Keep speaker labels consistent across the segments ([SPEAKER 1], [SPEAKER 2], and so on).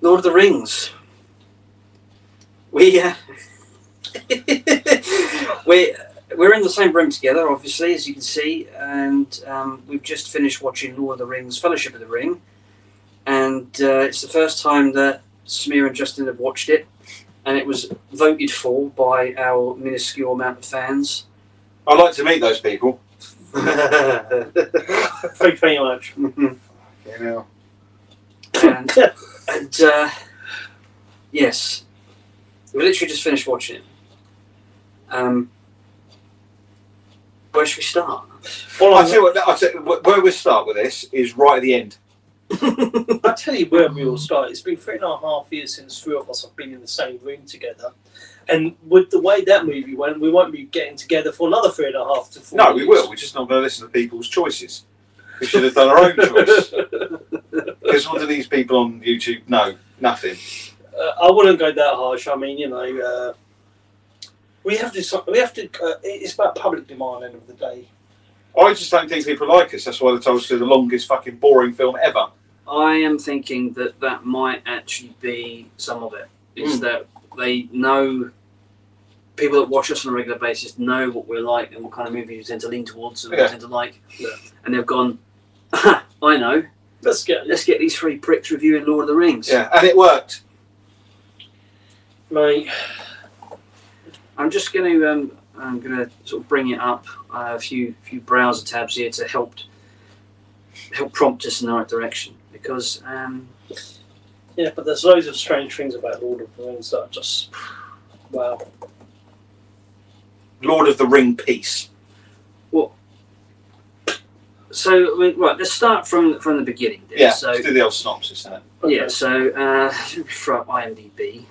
[SPEAKER 1] Lord of the Rings. We uh, we we're in the same room together, obviously, as you can see, and um, we've just finished watching Lord of the Rings: Fellowship of the Ring, and uh, it's the first time that Samir and Justin have watched it, and it was voted for by our minuscule amount of fans.
[SPEAKER 2] I like to meet those people.
[SPEAKER 3] Free pretty much.
[SPEAKER 2] You know.
[SPEAKER 1] and and uh, yes, we literally just finished watching it. Um, where should we start?
[SPEAKER 3] All
[SPEAKER 2] I
[SPEAKER 3] I,
[SPEAKER 2] tell you what, I tell you, wh- where we start with this is right at the end.
[SPEAKER 3] I tell you where we all started. It's been three and a half years since three of us have been in the same room together. And with the way that movie went, we won't be getting together for another three and a half to four.
[SPEAKER 2] No, we
[SPEAKER 3] years.
[SPEAKER 2] will. We're just not going to listen to people's choices. We should have done our own choice. Because what do these people on YouTube know? Nothing.
[SPEAKER 3] Uh, I wouldn't go that harsh. I mean, you know, uh, we have to. We have to. Uh, it's about public demand. End of the day.
[SPEAKER 2] I just don't think people like us. That's why they told us to do the longest fucking boring film ever.
[SPEAKER 1] I am thinking that that might actually be some of it. Is
[SPEAKER 2] Mm.
[SPEAKER 1] that they know people that watch us on a regular basis know what we're like and what kind of movies we tend to lean towards and what
[SPEAKER 2] Yeah.
[SPEAKER 1] we tend to like,
[SPEAKER 3] Yeah.
[SPEAKER 1] and they've gone. "Aha, I know.
[SPEAKER 3] Let's get.
[SPEAKER 1] Let's get these three pricks reviewing Lord of the Rings.
[SPEAKER 2] Yeah, and it worked.
[SPEAKER 3] Mate,
[SPEAKER 1] I'm just going to um, I'm going to sort of bring it up uh, a few few browser tabs here to help help prompt us in the right direction because um,
[SPEAKER 3] yeah, but there's loads of strange things about Lord of the Rings that are just wow.
[SPEAKER 2] Lord of the Ring piece.
[SPEAKER 1] so I mean, right let's start from from the beginning. Then.
[SPEAKER 2] Yeah,
[SPEAKER 1] So
[SPEAKER 2] let's do the old synopsis now.
[SPEAKER 3] Okay.
[SPEAKER 1] yeah, so uh, from IMDb.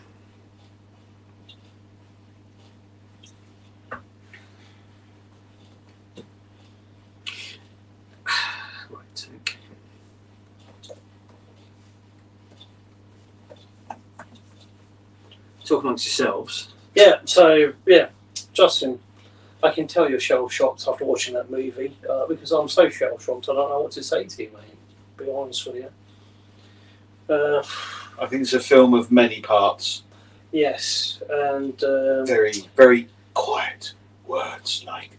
[SPEAKER 1] Right. Okay. Talk amongst yourselves.
[SPEAKER 3] Yeah. So yeah, Justin, I can tell you're shell shocked after watching that movie uh, because I'm so shell shocked. I don't know what to say to you, mate. To be honest with you. Uh,
[SPEAKER 2] I think it's a film of many parts.
[SPEAKER 3] yes, and um,
[SPEAKER 2] Very, very quiet words like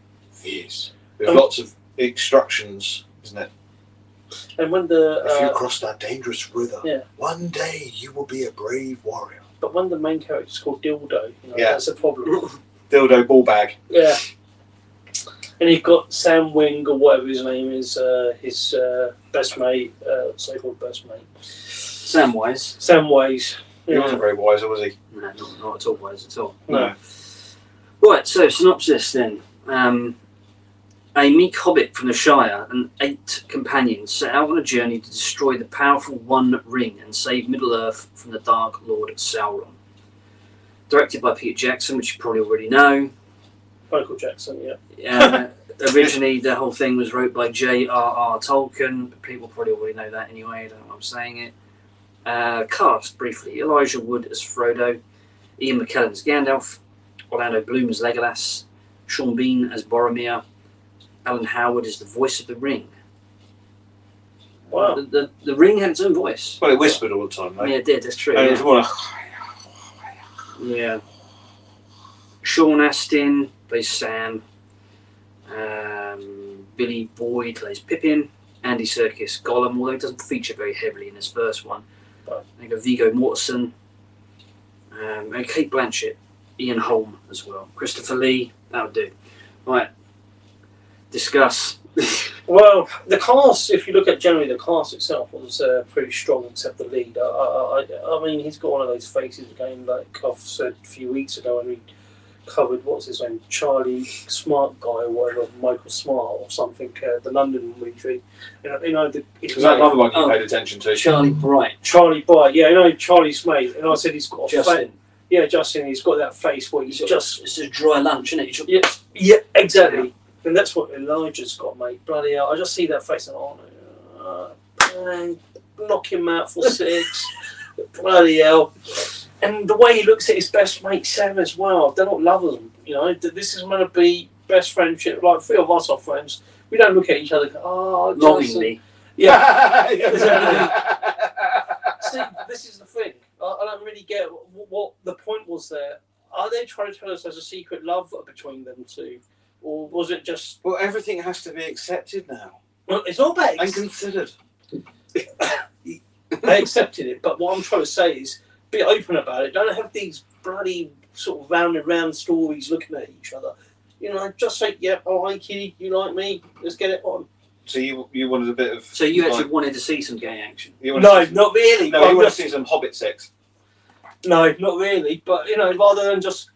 [SPEAKER 2] this. There's
[SPEAKER 3] Um,
[SPEAKER 2] lots of instructions, isn't it?
[SPEAKER 3] and when the
[SPEAKER 4] If you
[SPEAKER 3] uh,
[SPEAKER 4] cross that dangerous river,
[SPEAKER 3] Yeah.
[SPEAKER 4] one day you will be a brave warrior.
[SPEAKER 3] but when the main character's called Dildo, you know,
[SPEAKER 2] Yeah.
[SPEAKER 3] that's a problem.
[SPEAKER 2] Dildo ball bag.
[SPEAKER 3] Yeah. And you've got Sam Wing or whatever his name is, uh, his uh, best mate, uh, so-called best mate,
[SPEAKER 1] Samwise.
[SPEAKER 3] Samways.
[SPEAKER 2] He wasn't
[SPEAKER 4] Mm.
[SPEAKER 3] Yeah.
[SPEAKER 2] very wise, was he?
[SPEAKER 1] No, not, not at all wise at all.
[SPEAKER 3] No.
[SPEAKER 1] Right, so synopsis then. Um, a meek hobbit from the Shire and eight companions set out on a journey to destroy the powerful One Ring and save Middle Earth from the Dark Lord Sauron. Directed by Peter Jackson, which you probably already know.
[SPEAKER 3] Michael Jackson. Yeah.
[SPEAKER 1] Uh, originally, the whole thing was wrote by J.R.R. Tolkien. People probably already know that anyway. I don't know why I'm saying it. Uh, cast briefly: Elijah Wood as Frodo, Ian McKellen as Gandalf, Orlando Bloom as Legolas, Sean Bean as Boromir, Alan Howard is the voice of the Ring.
[SPEAKER 3] Wow.
[SPEAKER 1] The, the, the Ring had its own voice.
[SPEAKER 2] Well, it whispered all the time, though.
[SPEAKER 1] Yeah, it did. That's true.
[SPEAKER 2] And it was
[SPEAKER 1] Yeah.
[SPEAKER 2] more like,
[SPEAKER 1] yeah. Sean Astin plays Sam. Um, Billy Boyd plays Pippin. Andy Serkis Gollum, although he doesn't feature very heavily in this first one.
[SPEAKER 3] Right.
[SPEAKER 1] I think of Vigo Mortensen, um, and Kate Blanchett, Ian Holm as well, Christopher Lee. That'll do. Right, discuss.
[SPEAKER 3] Well, the cast, if you look at generally the cast itself, was uh, pretty strong except the lead. I, I, I, I mean, he's got one of those faces again, like I've said a few weeks ago when we covered what's his name, Charlie Smart guy or whatever, Michael Smart or something, uh, the London movie. You know, you know the,
[SPEAKER 2] is that another one you
[SPEAKER 1] Oh.
[SPEAKER 2] paid attention to?
[SPEAKER 1] Charlie Bright,
[SPEAKER 3] Charlie Bright, yeah, you know Charlie's mate, and I said he's got a face.
[SPEAKER 1] Justin.
[SPEAKER 3] Yeah, Justin, he's got that face where he's
[SPEAKER 1] Sure.
[SPEAKER 3] just
[SPEAKER 1] It's a dry lunch, isn't it? You should-
[SPEAKER 3] Yeah, yeah, exactly. And that's what Elijah's got, mate. Bloody hell! I just see that face and oh, no, uh, knock him out for six. Bloody hell! And the way he looks at his best mate Sam as well. They're not lovers, you know. Th- This is meant to be best friendship. Like three of us are friends. We don't look at each other. and go, Oh, Justin."
[SPEAKER 1] Longingly.
[SPEAKER 3] Yeah.
[SPEAKER 2] Yeah.
[SPEAKER 3] see, this is the thing. I, I don't really get what, what the point was there. Are they trying to tell us there's a secret love between them two, or was it just?
[SPEAKER 2] Well, everything has to be accepted now
[SPEAKER 3] Well, it's not bad.
[SPEAKER 2] and considered.
[SPEAKER 3] they accepted it. But what I'm trying to say is be open about it. Don't have these bloody sort of round and round stories looking at each other. You know, just say, yep, I like you, you like me, let's get it on.
[SPEAKER 2] So you you wanted a bit of
[SPEAKER 1] So you actually
[SPEAKER 2] like,
[SPEAKER 1] wanted to see some gay action.
[SPEAKER 2] you wanted
[SPEAKER 3] No,
[SPEAKER 2] to see-
[SPEAKER 3] not really.
[SPEAKER 2] no you
[SPEAKER 3] I'm
[SPEAKER 2] want to
[SPEAKER 3] just-
[SPEAKER 2] see some Hobbit sex.
[SPEAKER 3] no, not really. But, you know, rather than just,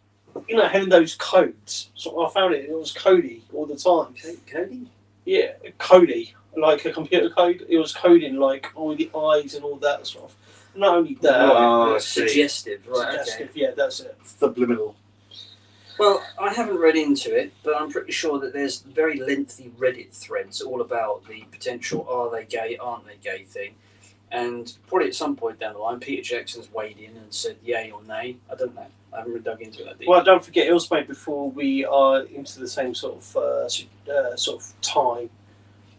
[SPEAKER 3] you know, having those codes. So I found it, it was Cody all the time.
[SPEAKER 1] Cody?
[SPEAKER 3] Yeah, Cody, like a computer code. It was coding, like all the eyes and all that sort of. Not only that,
[SPEAKER 2] Oh, I see.
[SPEAKER 1] suggestive, right?
[SPEAKER 3] suggestive,
[SPEAKER 1] Okay.
[SPEAKER 3] yeah, that's it.
[SPEAKER 2] Subliminal.
[SPEAKER 1] Well, I haven't read into it, but I'm pretty sure that there's very lengthy Reddit threads all about the potential are they gay, aren't they gay thing. And probably at some point down the line, Peter Jackson's weighed in and said yay or nay. I don't know. I haven't really dug into it that deep.
[SPEAKER 3] Well, don't forget, it was made before we are into the same sort of uh, s- uh, sort of time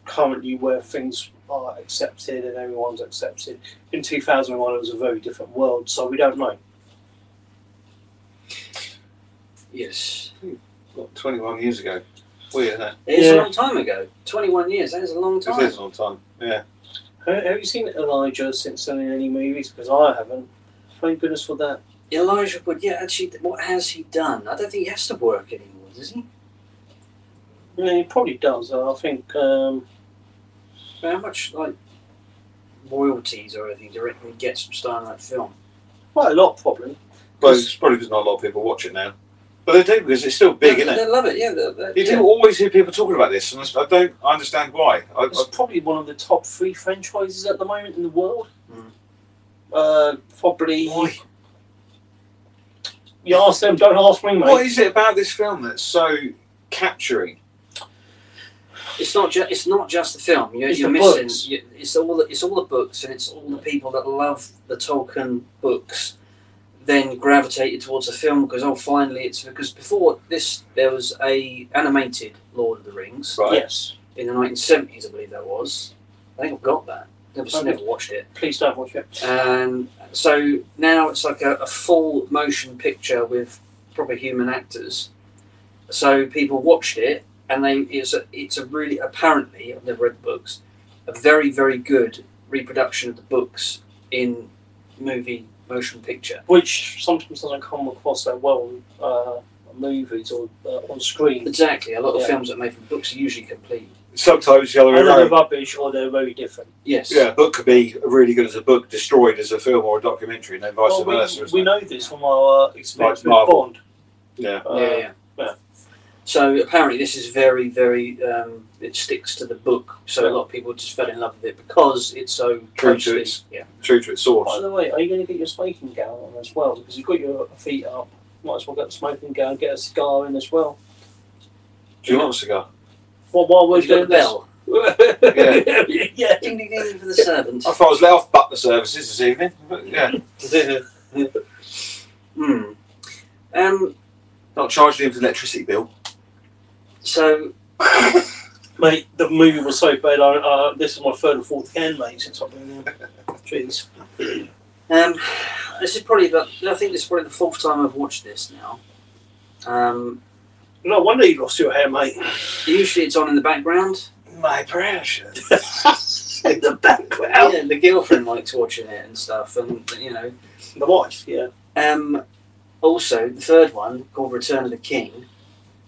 [SPEAKER 3] currently where things are accepted and everyone's accepted. In 2001, it was a very different world, so we don't know.
[SPEAKER 1] Yes.
[SPEAKER 2] What, 21 years ago. Weird, isn't it?
[SPEAKER 1] It's a
[SPEAKER 3] Yeah.
[SPEAKER 1] long time ago. 21 years, that is a long
[SPEAKER 2] It
[SPEAKER 1] time.
[SPEAKER 2] is a long time. Yeah.
[SPEAKER 3] Ha- Have you seen Elijah since then in any movies? Because I haven't. Thank goodness for that.
[SPEAKER 1] Elijah Wood, yeah, actually, what has he done? I don't think he has to work anymore, does he?
[SPEAKER 3] Yeah, he probably does. I think um,
[SPEAKER 1] How much, like, royalties or anything do you reckon he gets from starting that film?
[SPEAKER 3] quite a lot, probably.
[SPEAKER 2] But it's probably because not a lot of people watch it now. But they do because it's still big,
[SPEAKER 1] they,
[SPEAKER 2] isn't it?
[SPEAKER 1] They love it, yeah. They, they,
[SPEAKER 2] You
[SPEAKER 1] yeah.
[SPEAKER 2] do always hear people talking about this, and I I don't I understand why. I, I,
[SPEAKER 3] It's probably one of the top three franchises at the moment in the world.
[SPEAKER 1] Mm.
[SPEAKER 3] Uh, probably.
[SPEAKER 2] why?
[SPEAKER 3] You ask them, don't ask me, mate.
[SPEAKER 2] What is it about this film that's so capturing?
[SPEAKER 1] It's not just it's not just the film. You're,
[SPEAKER 3] It's
[SPEAKER 1] you're
[SPEAKER 3] the
[SPEAKER 1] missing.
[SPEAKER 3] books.
[SPEAKER 1] You, it's all the, it's all the books and it's all the people that love the Tolkien books, then gravitated towards the film because oh finally it's because before this there was a animated Lord of the Rings
[SPEAKER 2] Right.
[SPEAKER 3] Yes.
[SPEAKER 1] in the 1970s I believe that was. I think I've got that. Never
[SPEAKER 3] Okay.
[SPEAKER 1] never watched it.
[SPEAKER 3] Please don't watch it.
[SPEAKER 1] And Um, so now it's like a, a full motion picture with proper human actors. So people watched it, and they it's a it's a really apparently I've never read the books, a very very good reproduction of the books in movie motion picture.
[SPEAKER 3] Which sometimes doesn't come across that well in uh, movies or uh, on screen.
[SPEAKER 1] Exactly, a lot of
[SPEAKER 3] Yeah.
[SPEAKER 1] films that are made from books are usually complete.
[SPEAKER 2] Sometimes the other way
[SPEAKER 3] Either they're
[SPEAKER 2] around.
[SPEAKER 3] rubbish or they're very different.
[SPEAKER 1] Yes.
[SPEAKER 2] Yeah, a book could be really good as a book, destroyed as a film or a documentary, and then vice
[SPEAKER 3] Well, we,
[SPEAKER 2] versa. isn't
[SPEAKER 3] we
[SPEAKER 2] it?
[SPEAKER 3] know this from our uh, experience
[SPEAKER 2] Like
[SPEAKER 3] with
[SPEAKER 2] Marvel.
[SPEAKER 3] Bond.
[SPEAKER 2] Yeah.
[SPEAKER 3] Uh,
[SPEAKER 1] yeah, yeah.
[SPEAKER 3] yeah.
[SPEAKER 1] So apparently, this is very, very. Um, it sticks to the book, so a lot of people just fell in love with it because it's so
[SPEAKER 2] True to
[SPEAKER 1] closely-
[SPEAKER 2] its-
[SPEAKER 1] Yeah.
[SPEAKER 2] True to its source.
[SPEAKER 3] By the way, are you going to get your smoking gown on as well? Because you've got your feet up. Might as well get the smoking gown, get a cigar in as well.
[SPEAKER 2] Do you want a cigar?
[SPEAKER 3] Well, while we're
[SPEAKER 1] We've got a
[SPEAKER 3] doing this,
[SPEAKER 1] bell.
[SPEAKER 3] yeah. yeah.
[SPEAKER 1] Ding ding ding for the servant.
[SPEAKER 2] I thought I was let off butler services this evening. But yeah.
[SPEAKER 1] Hmm. Um.
[SPEAKER 2] Not charging him for the electricity bill.
[SPEAKER 1] So
[SPEAKER 3] Mate, the movie was so bad. I, uh, this is my third or fourth can, mate, since I've been here. Jeez.
[SPEAKER 1] um, this is probably the. I think this is probably the fourth time I've watched this now. Um.
[SPEAKER 3] No wonder you lost your hair, mate.
[SPEAKER 1] Usually it's on in the background.
[SPEAKER 2] My precious.
[SPEAKER 3] In the background.
[SPEAKER 1] Yeah, the girlfriend likes watching it and stuff, and you know.
[SPEAKER 3] The wife, yeah.
[SPEAKER 1] Um, also, the third one called Return of the King.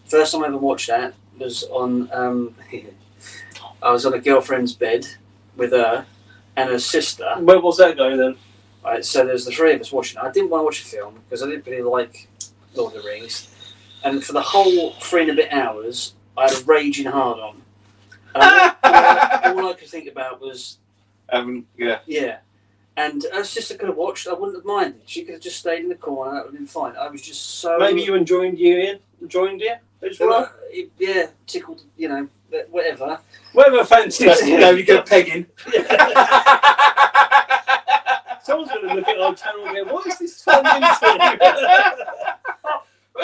[SPEAKER 1] First time I ever watched that was on. Um, I was on a girlfriend's bed with her and her sister.
[SPEAKER 3] Where was that going then?
[SPEAKER 1] Right, so there's the three of us watching. it. I didn't want to watch a film because I didn't really like Lord of the Rings, and for the whole three and a bit hours, I had a raging hard on. And I- all I could think about was
[SPEAKER 2] um, yeah.
[SPEAKER 1] yeah. And her sister could have watched. I wouldn't have minded. She could have just stayed in the corner. That would have been fine. I was just so.
[SPEAKER 3] Maybe you enjoyed you in? Enjoyed you? As well?
[SPEAKER 1] Well, it- yeah, tickled. You know, but whatever.
[SPEAKER 3] Whatever fancy.
[SPEAKER 1] You know, you
[SPEAKER 2] go pegging.
[SPEAKER 3] Someone's going to look at our channel and go, what is this turned into?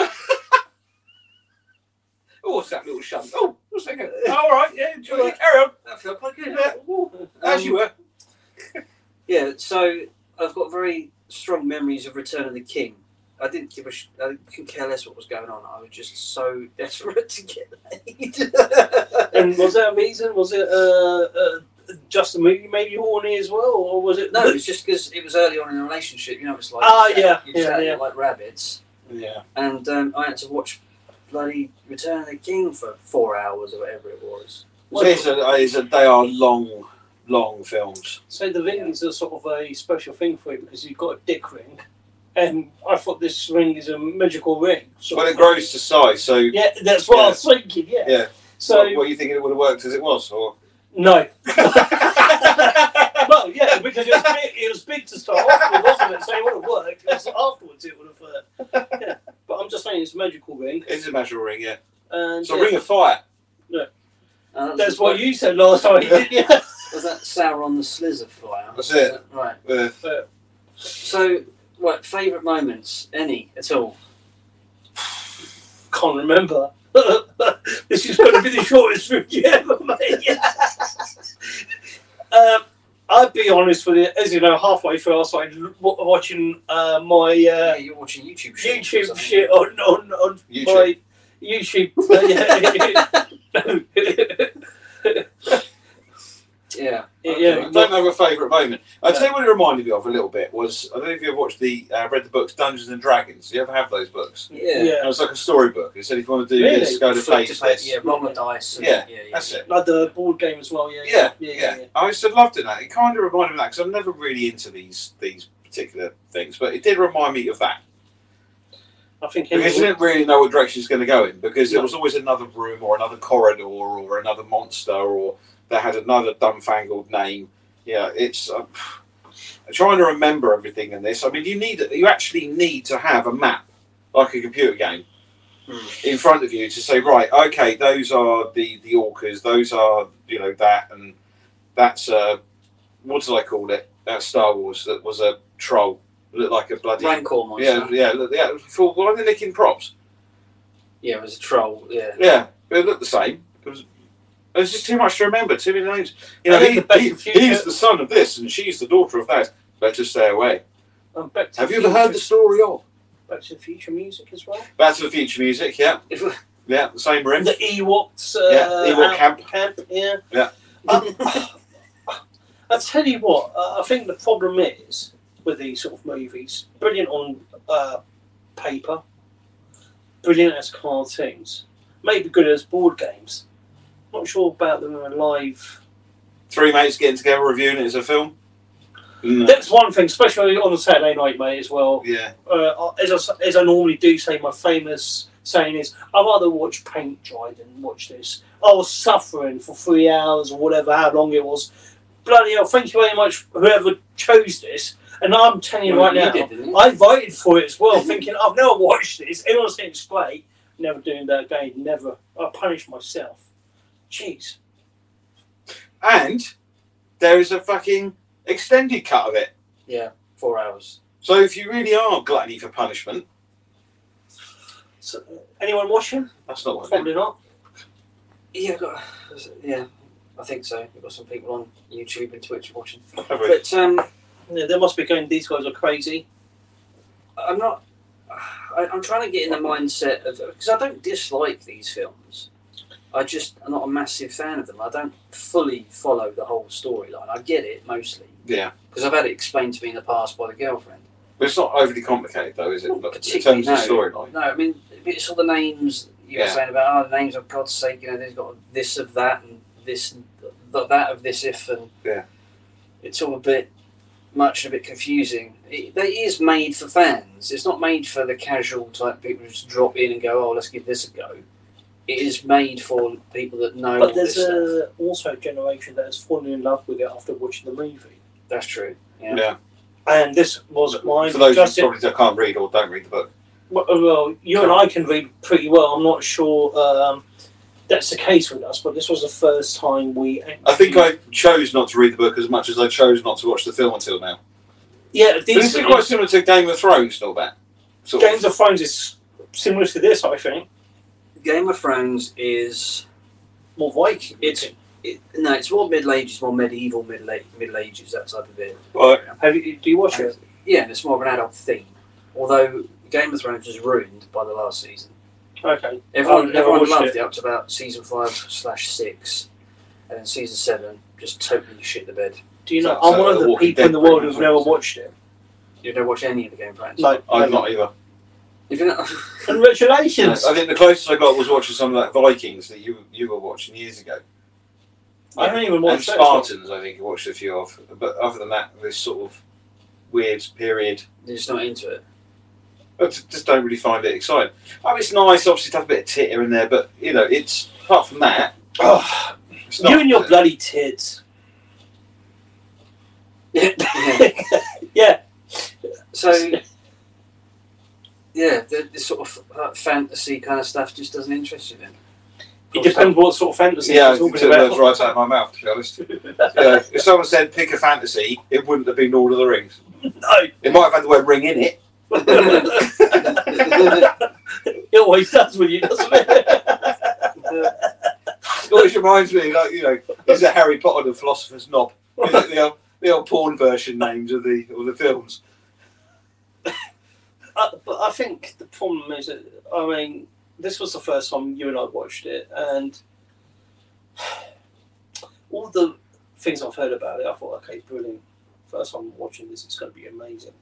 [SPEAKER 2] Oh, what's that little shunt? Oh, what's that? all right, Um, yeah, enjoy it. Carry on.
[SPEAKER 1] That felt quite good.
[SPEAKER 2] Yeah. As you were.
[SPEAKER 1] Yeah. So I've got very strong memories of Return of the King. I didn't give a sh- I couldn't care less what was going on. I was just so desperate to get laid.
[SPEAKER 3] And was that a reason? Was it uh, uh, just a movie made you horny as well, or was it
[SPEAKER 1] no, it was just because it was early on in a relationship. You know, it's like
[SPEAKER 3] Ah,
[SPEAKER 1] you chat-
[SPEAKER 3] yeah,
[SPEAKER 1] you
[SPEAKER 3] yeah,
[SPEAKER 1] chat
[SPEAKER 3] yeah.
[SPEAKER 1] like rabbits.
[SPEAKER 3] Yeah.
[SPEAKER 1] And um, I had to watch bloody Return of the King for four hours or whatever it was.
[SPEAKER 2] So it's a, uh, it's a, they are long, long films.
[SPEAKER 3] So the ring is a sort of a special thing for you because you've got a dick ring, and I thought this ring is a magical ring. So
[SPEAKER 2] Well, it grows to size, so yeah.
[SPEAKER 3] Yeah, that's what I was thinking. Yeah.
[SPEAKER 2] Yeah.
[SPEAKER 3] So
[SPEAKER 2] what, what you thinking it would have worked as it was, or
[SPEAKER 3] no. well, yeah, because it was big, it was big to start off with, wasn't it? So it would have worked. It was afterwards it would have. Uh, yeah. But I'm just saying it's a magical ring.
[SPEAKER 2] it's a magical ring, yeah.
[SPEAKER 3] And
[SPEAKER 2] It's a
[SPEAKER 3] yeah,
[SPEAKER 2] ring of fire.
[SPEAKER 1] And that was
[SPEAKER 3] that's
[SPEAKER 1] the-
[SPEAKER 3] what you said last time, didn't you?
[SPEAKER 1] was that Sauron the Slizzard flyer.
[SPEAKER 2] That's it.
[SPEAKER 1] Right.
[SPEAKER 2] Uh,
[SPEAKER 1] So, what favourite moments? Any at all?
[SPEAKER 3] Can't remember. this is going to be the shortest review ever, mate. um, I'll be honest with you. As you know, halfway through, I started l- wa- watching uh, my
[SPEAKER 1] yeah,
[SPEAKER 3] uh,
[SPEAKER 1] you're watching YouTube shit.
[SPEAKER 3] YouTube shit on on, on
[SPEAKER 2] YouTube.
[SPEAKER 3] my YouTube.
[SPEAKER 1] Yeah.
[SPEAKER 3] yeah,
[SPEAKER 2] I don't have a favourite moment. I tell you what it reminded me of a little bit was I don't know if you ever watched the uh, read the books Dungeons and Dragons. You ever have those books?
[SPEAKER 1] Yeah.
[SPEAKER 3] yeah.
[SPEAKER 2] And it's like a storybook. It said if you want to do
[SPEAKER 3] Really?
[SPEAKER 2] this, go to
[SPEAKER 1] Flip
[SPEAKER 2] page
[SPEAKER 1] to page,
[SPEAKER 2] this.
[SPEAKER 1] Yeah, roll the dice. and-
[SPEAKER 2] Yeah,
[SPEAKER 1] yeah, yeah.
[SPEAKER 2] That's it.
[SPEAKER 3] Like the board game as well. Yeah,
[SPEAKER 2] Yeah,
[SPEAKER 3] yeah,
[SPEAKER 2] yeah. I used to love doing that. It kind of reminded me of that because I'm never really into these these particular things, but it did remind me of that
[SPEAKER 3] I think
[SPEAKER 2] because you didn't really know what direction it's going to go in because
[SPEAKER 3] No.
[SPEAKER 2] there was always another room or another corridor or another monster or that had another dumbfangled name. Yeah, it's uh, trying to remember everything in this. I mean, you need you actually need to have a map like a computer game
[SPEAKER 1] Hmm.
[SPEAKER 2] in front of you to say right, okay, those are the the orcas, those are you know that and that's uh, what did I call it? That Star Wars that was a troll looked like a bloody
[SPEAKER 1] Rancor monster.
[SPEAKER 2] yeah,
[SPEAKER 1] Yeah.
[SPEAKER 2] yeah, look, yeah. For why are they nicking props?
[SPEAKER 1] it was a troll. Yeah.
[SPEAKER 2] Yeah, but it looked the same. It was, it was just too much to remember. Too many names. You
[SPEAKER 3] I
[SPEAKER 2] know,
[SPEAKER 3] think
[SPEAKER 2] he,
[SPEAKER 3] the Back
[SPEAKER 2] he-
[SPEAKER 3] to the Future-
[SPEAKER 2] he's the son of this, and she's the daughter of that. Better stay away.
[SPEAKER 3] Um, Back to
[SPEAKER 2] Have
[SPEAKER 3] the
[SPEAKER 2] you ever
[SPEAKER 3] Future-
[SPEAKER 2] heard the story of
[SPEAKER 3] Back to the Future music as well?
[SPEAKER 2] Back to the Future music? Yeah, yeah, the same room.
[SPEAKER 3] The Ewoks. Uh,
[SPEAKER 2] Yeah, the Ewok camp. Um,
[SPEAKER 3] Camp. Yeah.
[SPEAKER 2] Yeah.
[SPEAKER 3] I, I tell you what. Uh, I think the problem is with these sort of movies. Brilliant on uh, paper. Brilliant as cartoons. Maybe good as board games. Not sure about them in live.
[SPEAKER 2] Three mates getting together reviewing it as a film. Mm,
[SPEAKER 3] That's one thing, especially on a Saturday night, mate, as well.
[SPEAKER 2] Yeah,
[SPEAKER 3] uh, as, I, s- as I normally do say, my famous saying is, I'd rather watch paint dry than watch this. I was suffering for three hours or whatever, how long it was. Bloody hell, thank you very much, whoever chose this. And I'm telling you
[SPEAKER 1] Well,
[SPEAKER 3] right now,
[SPEAKER 1] did, didn't you?
[SPEAKER 3] I voted for it as well, thinking, I've never watched this. Everyone's saying it's great. Never doing that again, never. I punish myself. Jeez.
[SPEAKER 2] and there is a fucking extended cut of it.
[SPEAKER 1] yeah. Four hours.
[SPEAKER 2] So if you really are gluttony for punishment,
[SPEAKER 3] So, uh, anyone watching?
[SPEAKER 2] that's not what. I meant.
[SPEAKER 3] Probably not.
[SPEAKER 1] Yeah, I've got, yeah. I think so. We've got some people on YouTube and Twitch watching.
[SPEAKER 2] Have we?
[SPEAKER 1] But um,
[SPEAKER 3] Yeah, they must be going, these guys are crazy.
[SPEAKER 1] I'm not. I, I'm trying to get in the mindset of because I don't dislike these films. I just am not a massive fan of them. I don't fully follow the whole storyline. I get it mostly
[SPEAKER 2] Yeah.
[SPEAKER 1] because I've had it explained to me in the past by the girlfriend.
[SPEAKER 2] But it's not overly complicated, though, is it?
[SPEAKER 1] Not
[SPEAKER 2] But in
[SPEAKER 1] particularly,
[SPEAKER 2] terms of
[SPEAKER 1] no.
[SPEAKER 2] storyline,
[SPEAKER 1] No, I mean it's all the names you were
[SPEAKER 2] Yeah.
[SPEAKER 1] saying about. Oh, the names of God's sake! You know, they've got this of that and this th- that of this if and
[SPEAKER 2] Yeah.
[SPEAKER 1] It's all a bit much and a bit confusing. It, that is made for fans. It's not made for the casual type people who just drop in and go, "Oh, let's give this a go." It is made for people that know. all
[SPEAKER 3] But there's
[SPEAKER 1] this stuff.
[SPEAKER 3] a, also a generation that has fallen in love with it after watching the movie.
[SPEAKER 1] That's true. Yeah.
[SPEAKER 2] yeah.
[SPEAKER 3] And this was mine.
[SPEAKER 2] For those who
[SPEAKER 3] Justin,
[SPEAKER 2] probably don't- can't read or don't read the book,
[SPEAKER 3] well, well, you and I can read pretty well. I'm not sure um, that's the case with us, but this was the first time we. Actually,
[SPEAKER 2] I think I chose not to read the book as much as I chose not to watch the film until now.
[SPEAKER 3] Yeah, these
[SPEAKER 2] This is quite similar to Game of Thrones, and all that. Sort of.
[SPEAKER 3] Games of Thrones is similar to this, I think.
[SPEAKER 1] Game of Thrones is
[SPEAKER 3] More Viking.
[SPEAKER 1] It's- it, no, it's more Middle Ages, more medieval Middle, a- middle Ages, that type of it.
[SPEAKER 2] Well,
[SPEAKER 3] Have you, do you watch it?
[SPEAKER 1] Yeah, and it's more of an adult theme. Although Game of Thrones was ruined by the last season.
[SPEAKER 3] Okay.
[SPEAKER 1] Everyone,
[SPEAKER 3] never
[SPEAKER 1] everyone
[SPEAKER 3] Oh, watched
[SPEAKER 1] loved
[SPEAKER 3] it.
[SPEAKER 1] it. up to about season five slash six, and then season seven just totally shit the bed.
[SPEAKER 3] Do you know?
[SPEAKER 2] So-
[SPEAKER 3] I'm one
[SPEAKER 2] so
[SPEAKER 3] of the
[SPEAKER 2] Walking
[SPEAKER 3] people
[SPEAKER 2] Dead
[SPEAKER 3] in the world
[SPEAKER 2] brings
[SPEAKER 3] who've never
[SPEAKER 2] us-
[SPEAKER 3] watched it.
[SPEAKER 1] You don't watch any of the Game of Thrones.
[SPEAKER 3] No,
[SPEAKER 2] I'm
[SPEAKER 3] never.
[SPEAKER 2] not either.
[SPEAKER 1] If you're not,
[SPEAKER 3] Congratulations.
[SPEAKER 2] I think the closest I got was watching some of that Vikings that you you were watching years ago.
[SPEAKER 3] I haven't even
[SPEAKER 2] And
[SPEAKER 3] watched that.
[SPEAKER 2] Spartans, I think you watched a few of. But other than that, this sort of weird period
[SPEAKER 1] you're just not into it.
[SPEAKER 2] I just just don't really find it exciting. I mean, it's nice, obviously, to have a bit of tit here and there, but you know, it's apart from that, it's not.
[SPEAKER 3] You and your bloody tits.
[SPEAKER 1] Yeah.
[SPEAKER 3] yeah.
[SPEAKER 1] So yeah, the, the sort of uh, fantasy kind of stuff just doesn't interest you then.
[SPEAKER 3] It depends what sort of fantasy
[SPEAKER 2] yeah,
[SPEAKER 3] you're
[SPEAKER 2] it took
[SPEAKER 3] talking
[SPEAKER 2] the
[SPEAKER 3] about.
[SPEAKER 2] words right out of my mouth, to be honest. Yeah, if someone said pick a fantasy, it wouldn't have been Lord of the Rings. It might have had the word ring in it.
[SPEAKER 3] no. it always does with you, doesn't it?
[SPEAKER 2] It always reminds me, like you know, is a Harry Potter the Philosopher's Knob? You know, the, old, the old porn version names of the of the films.
[SPEAKER 3] I, Uh, but I think the problem is, that, I mean, this was the first time you and I watched it, and all the things I've heard about it, I thought, okay, brilliant. First time I'm watching this, it's going to be amazing.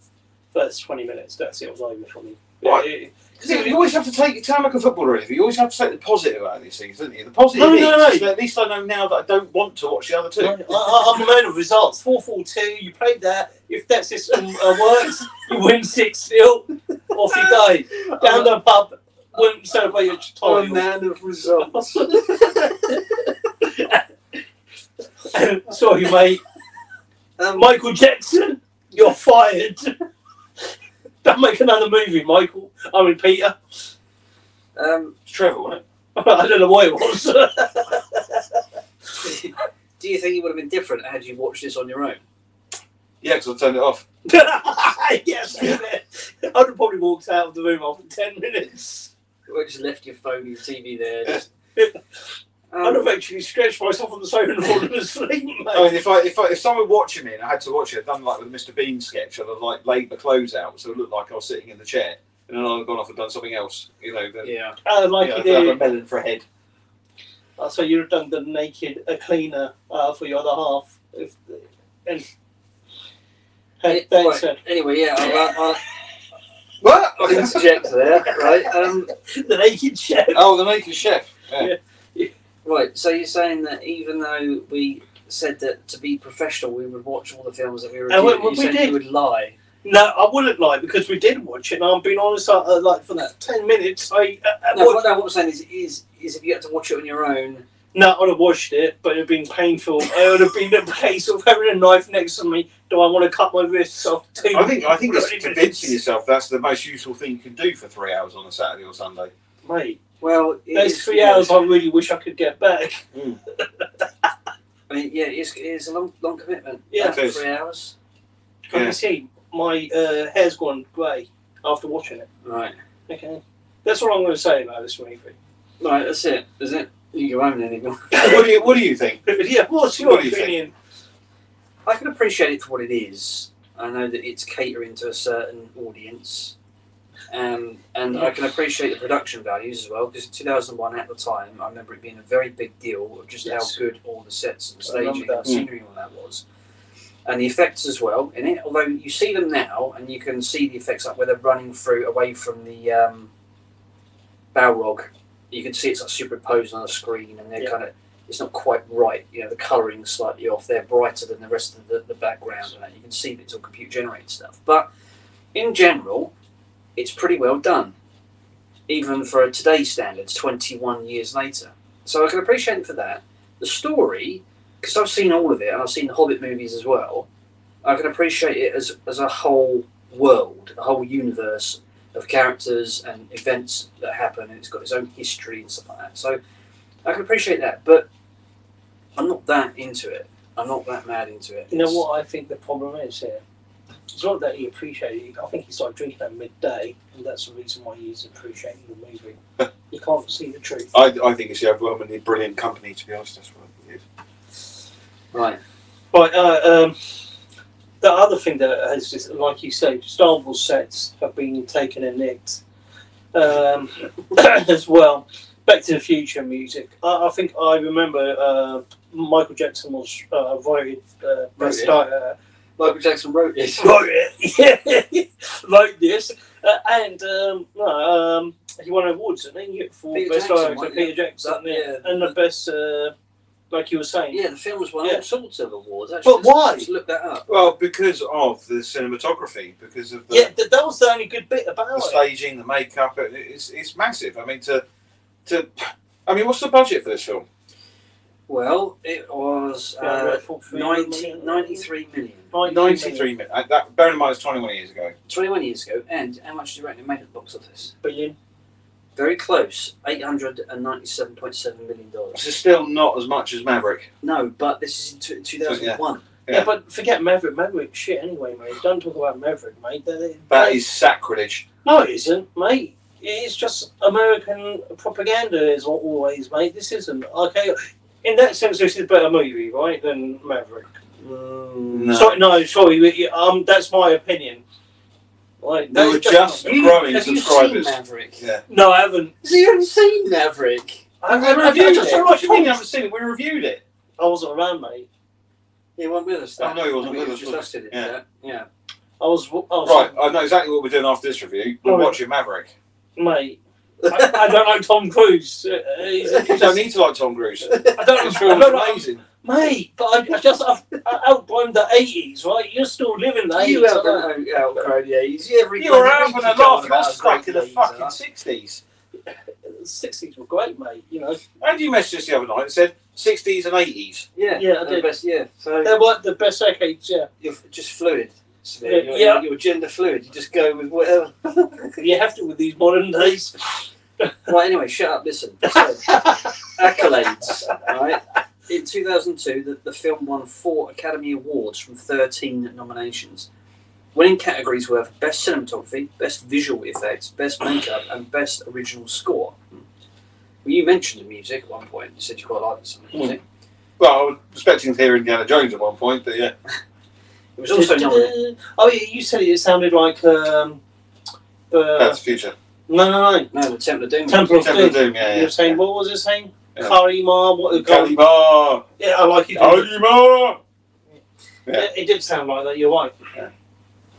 [SPEAKER 3] First 20 minutes, that's it, it was over for me.
[SPEAKER 2] Right.
[SPEAKER 3] It- it-
[SPEAKER 2] Because you always have to take your time like a footballer, really. You always have to take the positive out of these things, don't you? The positive
[SPEAKER 3] No,
[SPEAKER 2] is,
[SPEAKER 3] no, no.
[SPEAKER 2] that at least I know now that I don't want to watch the other two.
[SPEAKER 3] I, I, I'm a man of results. 4 4 2, you played that. If that system uh, works, you win 6 0. Off you go. Down the pub, wouldn't celebrate your
[SPEAKER 1] Oh,
[SPEAKER 3] title.
[SPEAKER 1] man of results.
[SPEAKER 3] Sorry, mate.
[SPEAKER 1] Um,
[SPEAKER 3] Michael Jackson, you're fired. Don't make another movie, Michael. I mean, Peter.
[SPEAKER 1] um,
[SPEAKER 2] It's Trevor, wasn't it?
[SPEAKER 3] I don't know why it was.
[SPEAKER 1] do you think it would have been different had you watched this on your own?
[SPEAKER 2] Yeah, because I turned it off.
[SPEAKER 3] yes, I would have probably walked out of the room after 10 minutes.
[SPEAKER 1] Or just left your phone and TV there? Just,
[SPEAKER 3] I'd have
[SPEAKER 1] um,
[SPEAKER 3] actually stretched myself on the sofa and fallen asleep, mate.
[SPEAKER 2] I
[SPEAKER 1] Oh,
[SPEAKER 2] mean, if I if I, if someone were watching me and I had to watch it, I'd done like with Mr Bean sketch, I'd have like laid my clothes out so it looked like I was sitting in the chair, and then I'd have gone off and done something else. You know, then,
[SPEAKER 1] yeah.
[SPEAKER 3] Uh, like
[SPEAKER 2] yeah,
[SPEAKER 3] you
[SPEAKER 2] I'd have a
[SPEAKER 3] did.
[SPEAKER 2] melon for a head.
[SPEAKER 3] Uh, so you'd have done the naked a cleaner uh, for your other half. If, and, and
[SPEAKER 1] It-
[SPEAKER 3] that's
[SPEAKER 1] Uh, right. Anyway, yeah, I'll, I'll,
[SPEAKER 2] What?
[SPEAKER 1] I'll interject there, right? Um,
[SPEAKER 3] it. The naked chef.
[SPEAKER 1] Uh,
[SPEAKER 2] oh, the naked chef.
[SPEAKER 1] right, so you're saying that even though we said that to be professional, we would watch all the films that we were
[SPEAKER 3] And we-
[SPEAKER 1] reviewing,
[SPEAKER 3] Oh, we
[SPEAKER 1] you said
[SPEAKER 3] did.
[SPEAKER 1] you would lie.
[SPEAKER 3] No, I wouldn't lie because we did watch it, and I'm being honest. I, uh, like for that ten minutes, I, uh, I, I
[SPEAKER 1] No, what,
[SPEAKER 3] watched,
[SPEAKER 1] no, what I'm saying is, is, is if you had to watch it on your own,
[SPEAKER 3] no, I'd have watched it, but it'd been painful. it would have been a case of having a knife next to me. Do I want to cut my wrists off? Too?
[SPEAKER 2] I think I think it's
[SPEAKER 3] bloody
[SPEAKER 2] convincing
[SPEAKER 3] minutes?
[SPEAKER 2] yourself that's the most useful thing you can do for three hours on a Saturday or Sunday.
[SPEAKER 3] Mate,
[SPEAKER 1] well, it
[SPEAKER 3] those
[SPEAKER 1] is-
[SPEAKER 3] three hours, I really wish I could get back.
[SPEAKER 1] I mean, yeah, it's, it's a long, long commitment.
[SPEAKER 3] Yeah.
[SPEAKER 1] Like,
[SPEAKER 2] It is.
[SPEAKER 1] three hours.
[SPEAKER 3] Can
[SPEAKER 2] Yeah.
[SPEAKER 3] you see my uh, hair's gone grey after watching it?
[SPEAKER 1] Right,
[SPEAKER 3] Okay, that's all I'm going to say about this movie.
[SPEAKER 1] right, that's it, is it? You go home then. Igor.
[SPEAKER 2] what do you What do you think?
[SPEAKER 3] yeah, what's your
[SPEAKER 2] What do you think?
[SPEAKER 3] opinion?
[SPEAKER 1] I can appreciate it for what it is. I know that it's catering to a certain audience, um, and I can appreciate the production values as well. Because 2001 at the time, I remember it being a very big deal of just
[SPEAKER 3] Yes.
[SPEAKER 1] how good all the sets and
[SPEAKER 3] I remember
[SPEAKER 1] staging
[SPEAKER 3] that.
[SPEAKER 1] and scenery and all that was, and the effects as well. In it, although you see them now, and you can see the effects like where they're running through away from the um, Balrog, you can see it's like superimposed on the screen, and they're
[SPEAKER 3] Yeah.
[SPEAKER 1] kind of it's not quite right. You know, the colouring's slightly off. They're brighter than the rest of the, the background, and that. you can see that it's all computer generated stuff. But in general, it's pretty well done, even for today's standards, 21 years later. So I can appreciate it for that. The story, because I've seen all of it, and I've seen the Hobbit movies as well, I can appreciate it as, as a whole world, a whole universe of characters and events that happen, and it's got its own history and stuff like that. So I can appreciate that, but I'm not that into it. I'm not that mad into it.
[SPEAKER 3] You know
[SPEAKER 1] It's-
[SPEAKER 3] what I think the problem is here? It's not that he appreciated it. I think he started drinking at midday, and that's the reason why he's appreciating the movie. you can't see the truth.
[SPEAKER 2] I, I think it's the overwhelmingly brilliant company. To be honest, that's what I think it is.
[SPEAKER 1] Right.
[SPEAKER 3] Right, uh, um, the other thing that has, is, like you say, Star Wars sets have been taken and nicked um, as well. Back to the Future music. I, I think I remember uh, Michael Jackson was uh, voted uh, best.
[SPEAKER 1] Voted.
[SPEAKER 3] Uh,
[SPEAKER 1] Michael Jackson wrote it.
[SPEAKER 3] wrote it. wrote this, uh, and um, no, um, he won awards, didn't he? For
[SPEAKER 1] Peter
[SPEAKER 3] best
[SPEAKER 1] Jackson
[SPEAKER 3] director,
[SPEAKER 1] won,
[SPEAKER 3] Peter
[SPEAKER 1] yeah.
[SPEAKER 3] Jackson,
[SPEAKER 1] That-
[SPEAKER 3] yeah.
[SPEAKER 1] yeah.
[SPEAKER 3] and the best, uh, like you were saying,
[SPEAKER 1] Yeah, the film's won
[SPEAKER 3] Yeah.
[SPEAKER 1] all sorts of awards. Actually,
[SPEAKER 3] But
[SPEAKER 1] Let's-
[SPEAKER 3] why?
[SPEAKER 1] Let's look that up.
[SPEAKER 2] Well, because of the cinematography, because of the,
[SPEAKER 3] yeah, th- that was the only good bit about
[SPEAKER 2] the
[SPEAKER 3] it.
[SPEAKER 2] staging, the makeup, it- it's it's massive. I mean, to to, I mean, what's the budget for this film?
[SPEAKER 1] Well, it was uh, 90, 93 million.
[SPEAKER 2] Ninety-three million. Uh, That, bear in mind, it's twenty-one years ago.
[SPEAKER 1] 21 years ago, and how much did you reckon it made at the box office?
[SPEAKER 3] billion.
[SPEAKER 1] Very close, $897.7 million.
[SPEAKER 2] This is still not as much as Maverick.
[SPEAKER 1] No, but this is in t- 2001.
[SPEAKER 2] Yeah.
[SPEAKER 3] Yeah. but forget Maverick. Maverick shit anyway, mate. Don't talk about Maverick, mate. That is,
[SPEAKER 2] That is sacrilege.
[SPEAKER 3] no, it isn't, mate. It's just American propaganda is what always, mate. This isn't okay. In that sense, this is a better movie, right, than Maverick.
[SPEAKER 1] Mm.
[SPEAKER 2] No.
[SPEAKER 3] Sorry, no, sorry. we- Um, that's my opinion. Like,
[SPEAKER 2] No,
[SPEAKER 3] that's
[SPEAKER 2] just-
[SPEAKER 1] You-
[SPEAKER 2] Growing
[SPEAKER 1] have you
[SPEAKER 2] subscribers.
[SPEAKER 1] seen Maverick?
[SPEAKER 2] Yeah.
[SPEAKER 3] no. I haven't.
[SPEAKER 1] So you haven't seen Maverick? I
[SPEAKER 3] I, I, I, I,
[SPEAKER 1] reviewed
[SPEAKER 3] just
[SPEAKER 1] it.
[SPEAKER 2] What do
[SPEAKER 3] watched
[SPEAKER 2] you mean you
[SPEAKER 3] it.
[SPEAKER 2] haven't seen it? We reviewed it.
[SPEAKER 3] I wasn't around, mate.
[SPEAKER 1] He wasn't with us.
[SPEAKER 2] Oh,
[SPEAKER 1] that-
[SPEAKER 2] no, he wasn't
[SPEAKER 1] we
[SPEAKER 2] with us,
[SPEAKER 1] Just
[SPEAKER 2] was
[SPEAKER 1] us
[SPEAKER 2] he?
[SPEAKER 1] did it.
[SPEAKER 2] Yeah.
[SPEAKER 1] Yeah. yeah.
[SPEAKER 3] I was. I was
[SPEAKER 2] Right, I know exactly what we're doing after this review. We're
[SPEAKER 3] Oh, yeah.
[SPEAKER 2] watching Maverick.
[SPEAKER 3] mate. I, I don't know Tom Cruise. Uh, he's,
[SPEAKER 2] You don't need to like Tom Cruise.
[SPEAKER 3] I don't,
[SPEAKER 2] This
[SPEAKER 3] I don't
[SPEAKER 2] film's
[SPEAKER 3] know.
[SPEAKER 2] amazing.
[SPEAKER 3] Mate, but I, I just I've, I outgrown the eighties, right? You're still living the
[SPEAKER 1] You
[SPEAKER 3] eighties.
[SPEAKER 1] out outgrown the 80s. You every
[SPEAKER 2] You were
[SPEAKER 1] bloody
[SPEAKER 2] having
[SPEAKER 1] week
[SPEAKER 2] a
[SPEAKER 1] you go
[SPEAKER 2] laugh
[SPEAKER 1] on
[SPEAKER 2] and I
[SPEAKER 1] about
[SPEAKER 2] was back in the
[SPEAKER 1] how great
[SPEAKER 2] fucking
[SPEAKER 1] these
[SPEAKER 2] 60s.
[SPEAKER 3] Sixties were great, mate. You know
[SPEAKER 2] And you messaged us the other night and said 60s and 80s.
[SPEAKER 1] are. Yeah,
[SPEAKER 3] Yeah, I
[SPEAKER 1] the
[SPEAKER 3] did.
[SPEAKER 1] Best, yeah. So
[SPEAKER 3] they weren't the best decades. Yeah,
[SPEAKER 1] you're f- just fluid. Sven.
[SPEAKER 3] Yeah.
[SPEAKER 1] You're,
[SPEAKER 3] Yeah.
[SPEAKER 1] you're gender fluid. You just go with whatever.
[SPEAKER 3] you have to with these modern days.
[SPEAKER 1] right, anyway, shut up. Listen. So, accolades, right? In 2002, the, the film won four Academy Awards from 13 nominations. Winning categories were for Best Cinematography, Best Visual Effects, Best Makeup, and Best Original Score. Hmm. Well, you mentioned the music at one point. You said you quite liked some music.
[SPEAKER 2] Well, I was expecting to hear Indiana Jones at one point, but yeah.
[SPEAKER 1] It was also nominated.
[SPEAKER 3] Oh yeah, you said it sounded like um, uh,
[SPEAKER 2] That's the future.
[SPEAKER 3] no, no, no.
[SPEAKER 1] No, the Temple of Doom.
[SPEAKER 3] Temple of
[SPEAKER 2] Temple of
[SPEAKER 3] Doom.
[SPEAKER 2] Doom, yeah,
[SPEAKER 3] You
[SPEAKER 2] yeah.
[SPEAKER 3] were saying what was it saying?
[SPEAKER 2] Yeah. Oh,
[SPEAKER 3] Karima, what the
[SPEAKER 2] Kalimar!
[SPEAKER 3] Yeah, I like it.
[SPEAKER 2] Kalimar!
[SPEAKER 3] Yeah, it did sound like that. You're right.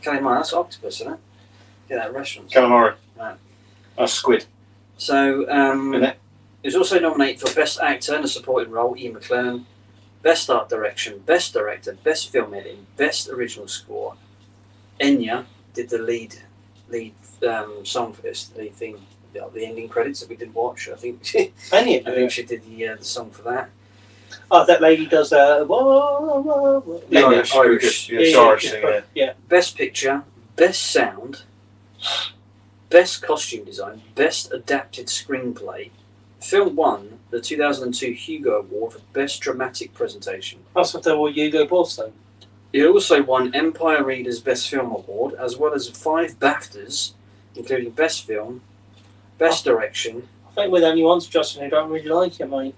[SPEAKER 1] Okay, man, that's octopus, isn't it? Yeah, that restaurant.
[SPEAKER 2] Calamari.
[SPEAKER 1] Right.
[SPEAKER 2] A squid.
[SPEAKER 1] So, um,
[SPEAKER 2] Isn't
[SPEAKER 1] it was also nominated for Best Actor in a Supporting Role, Ian McClellan, Best Art Direction, Best Director, Best Film Editing, Best Original Score. Enya did the lead lead um, song for this, the thing, the, the ending credits that we didn't watch. I think I
[SPEAKER 3] Any of
[SPEAKER 1] think she did the uh, the song for that.
[SPEAKER 3] Oh, that lady does that. Whoa, whoa, whoa.
[SPEAKER 1] Yeah, yeah,
[SPEAKER 2] Irish, Irish,
[SPEAKER 1] Irish.
[SPEAKER 2] yeah,
[SPEAKER 3] Yeah,
[SPEAKER 2] it's
[SPEAKER 3] yeah,
[SPEAKER 2] Irish
[SPEAKER 3] yeah.
[SPEAKER 2] thing, yeah.
[SPEAKER 1] Best Picture, Best Sound, Best Costume Design, Best Adapted Screenplay. Film won the 2002 Hugo Award for Best Dramatic Presentation.
[SPEAKER 3] That's what they were Hugo Boss though.
[SPEAKER 1] It also won Empire Reader's Best Film Award, as well as five BAFTAs, including Best Film, Best Direction,
[SPEAKER 3] I think with anyone's Justin who don't really like him, mate.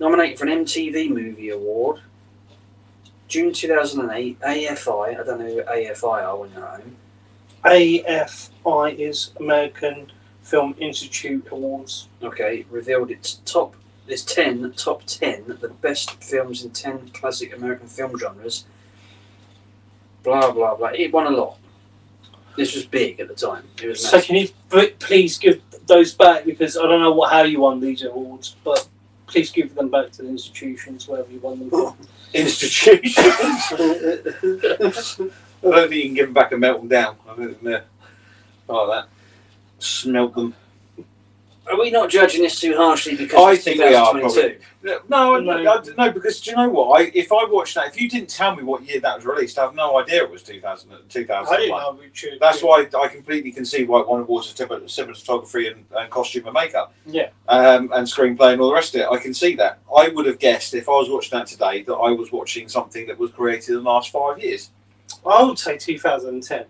[SPEAKER 1] nominated for an MTV Movie Award. June 2008, AFI, I don't know who AFI are when you're at home.
[SPEAKER 3] AFI is American Film Institute Awards.
[SPEAKER 1] okay, revealed its top its ten top ten the best films in ten classic American film genres. Blah blah blah. It won a lot. This was big at the time. It was
[SPEAKER 3] So
[SPEAKER 1] massive.
[SPEAKER 3] can you pl- please give those back because I don't know what, how you won these awards, but please give them back to the institutions wherever you won them. From.
[SPEAKER 2] Institutions. I don't think you can give them back and melt them down. I think they're like that. Smelt them.
[SPEAKER 1] Are we not judging this too harshly because
[SPEAKER 2] I
[SPEAKER 1] it's
[SPEAKER 2] think we are,
[SPEAKER 1] 2022?
[SPEAKER 2] No, no,
[SPEAKER 3] No.
[SPEAKER 2] no, no, because do you know what? I, if I watched that, if you didn't tell me what year that was released, I have no idea it was 2000, 2001.
[SPEAKER 3] Richard.
[SPEAKER 2] That's why I completely can see why it won awards for cinema- cinematography and, and costume and makeup.
[SPEAKER 3] Yeah.
[SPEAKER 2] Um, and screenplay and all the rest of it. I can see that. I would have guessed if I was watching that today that I was watching something that was created in the last five years.
[SPEAKER 3] I would say 2010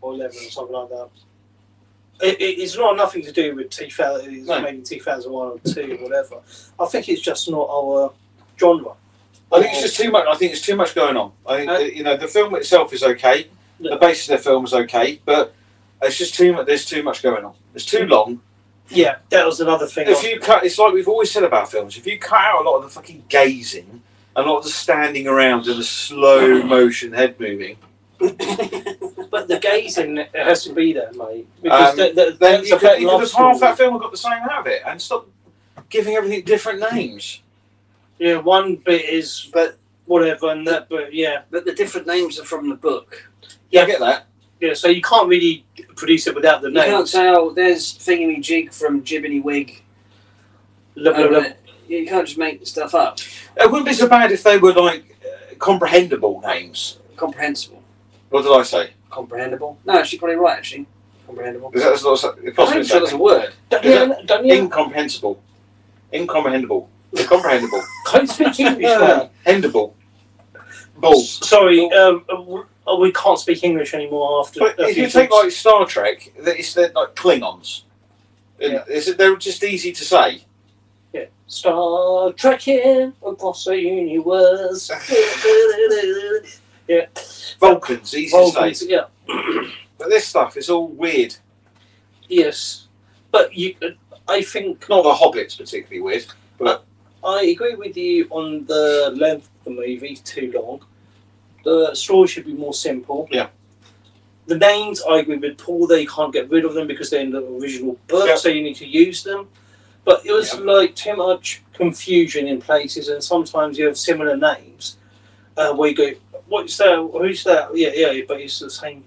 [SPEAKER 3] or 11 or something like that. It, it, it's not nothing to do with 2000, it's
[SPEAKER 2] No.
[SPEAKER 3] maybe 2001 or 2 or whatever. I think it's just not our genre.
[SPEAKER 2] I think it's just too much. I think it's too much going on. I think
[SPEAKER 3] Uh,
[SPEAKER 2] that, you know the film itself is okay.
[SPEAKER 3] Yeah.
[SPEAKER 2] The basis of the film is okay, but it's just too much. There's too much going on. It's too long.
[SPEAKER 3] Yeah, that was another thing.
[SPEAKER 2] If you cut, it's like we've always said about films. If you cut out a lot of the fucking gazing, and a lot of the standing around and the slow motion head moving,
[SPEAKER 3] But the gazing it has to be there, mate. Because
[SPEAKER 2] Um,
[SPEAKER 3] that, that,
[SPEAKER 2] then
[SPEAKER 3] that's
[SPEAKER 2] you
[SPEAKER 3] a
[SPEAKER 2] could,
[SPEAKER 3] bit
[SPEAKER 2] you could
[SPEAKER 3] love
[SPEAKER 2] have half
[SPEAKER 3] story.
[SPEAKER 2] that film and got the same out of it, and stop giving everything different names.
[SPEAKER 3] Yeah, one bit is
[SPEAKER 1] But-
[SPEAKER 3] whatever, and that bit, yeah,
[SPEAKER 1] But the different names are from the book.
[SPEAKER 2] Yeah,
[SPEAKER 3] Yeah.
[SPEAKER 2] I get that.
[SPEAKER 3] yeah. So you can't really produce it without the
[SPEAKER 1] You can't
[SPEAKER 3] names.
[SPEAKER 1] tell. There's Thingamy Jig from Jibbity Wig.
[SPEAKER 3] Look, look, look.
[SPEAKER 1] You can't just make stuff up.
[SPEAKER 2] It wouldn't be so bad if they were like uh, comprehensible names.
[SPEAKER 1] Comprehensible.
[SPEAKER 2] What did I say?
[SPEAKER 1] Comprehensible. No, actually, probably right. Actually, comprehensible.
[SPEAKER 2] Is that that's not a- possibly
[SPEAKER 1] I'm sure that's a word.
[SPEAKER 3] Don't,
[SPEAKER 2] Is
[SPEAKER 3] you- don't you?
[SPEAKER 2] incomprehensible, incomprehensible, incomprehensible,
[SPEAKER 3] Can't you speak English, man.
[SPEAKER 2] hendable, bull.
[SPEAKER 3] Oh, Sorry, um, uh, we can't speak English anymore after.
[SPEAKER 2] But
[SPEAKER 3] a
[SPEAKER 2] if
[SPEAKER 3] few
[SPEAKER 2] you take
[SPEAKER 3] things.
[SPEAKER 2] like Star Trek, that it's they're like Klingons. And
[SPEAKER 3] Yeah.
[SPEAKER 2] it's- they're just easy to say.
[SPEAKER 3] Star Trekking across the universe. yeah,
[SPEAKER 2] Vulcans, easy to say.
[SPEAKER 3] Vulcans, yeah,
[SPEAKER 2] But this stuff is all weird.
[SPEAKER 3] yes, but you, I think
[SPEAKER 2] Not the Hobbits particularly weird.
[SPEAKER 3] I agree with you on the length of the movie, too long. The story should be more simple.
[SPEAKER 2] Yeah.
[SPEAKER 3] The names, I agree with Paul, they can't get rid of them because they're in the original book,
[SPEAKER 2] Yeah.
[SPEAKER 3] so you need to use them. But it was
[SPEAKER 2] Yeah.
[SPEAKER 3] like too much confusion in places, and sometimes you have similar names uh, where you go, What's that? Who's that? Yeah, yeah, but it's the same.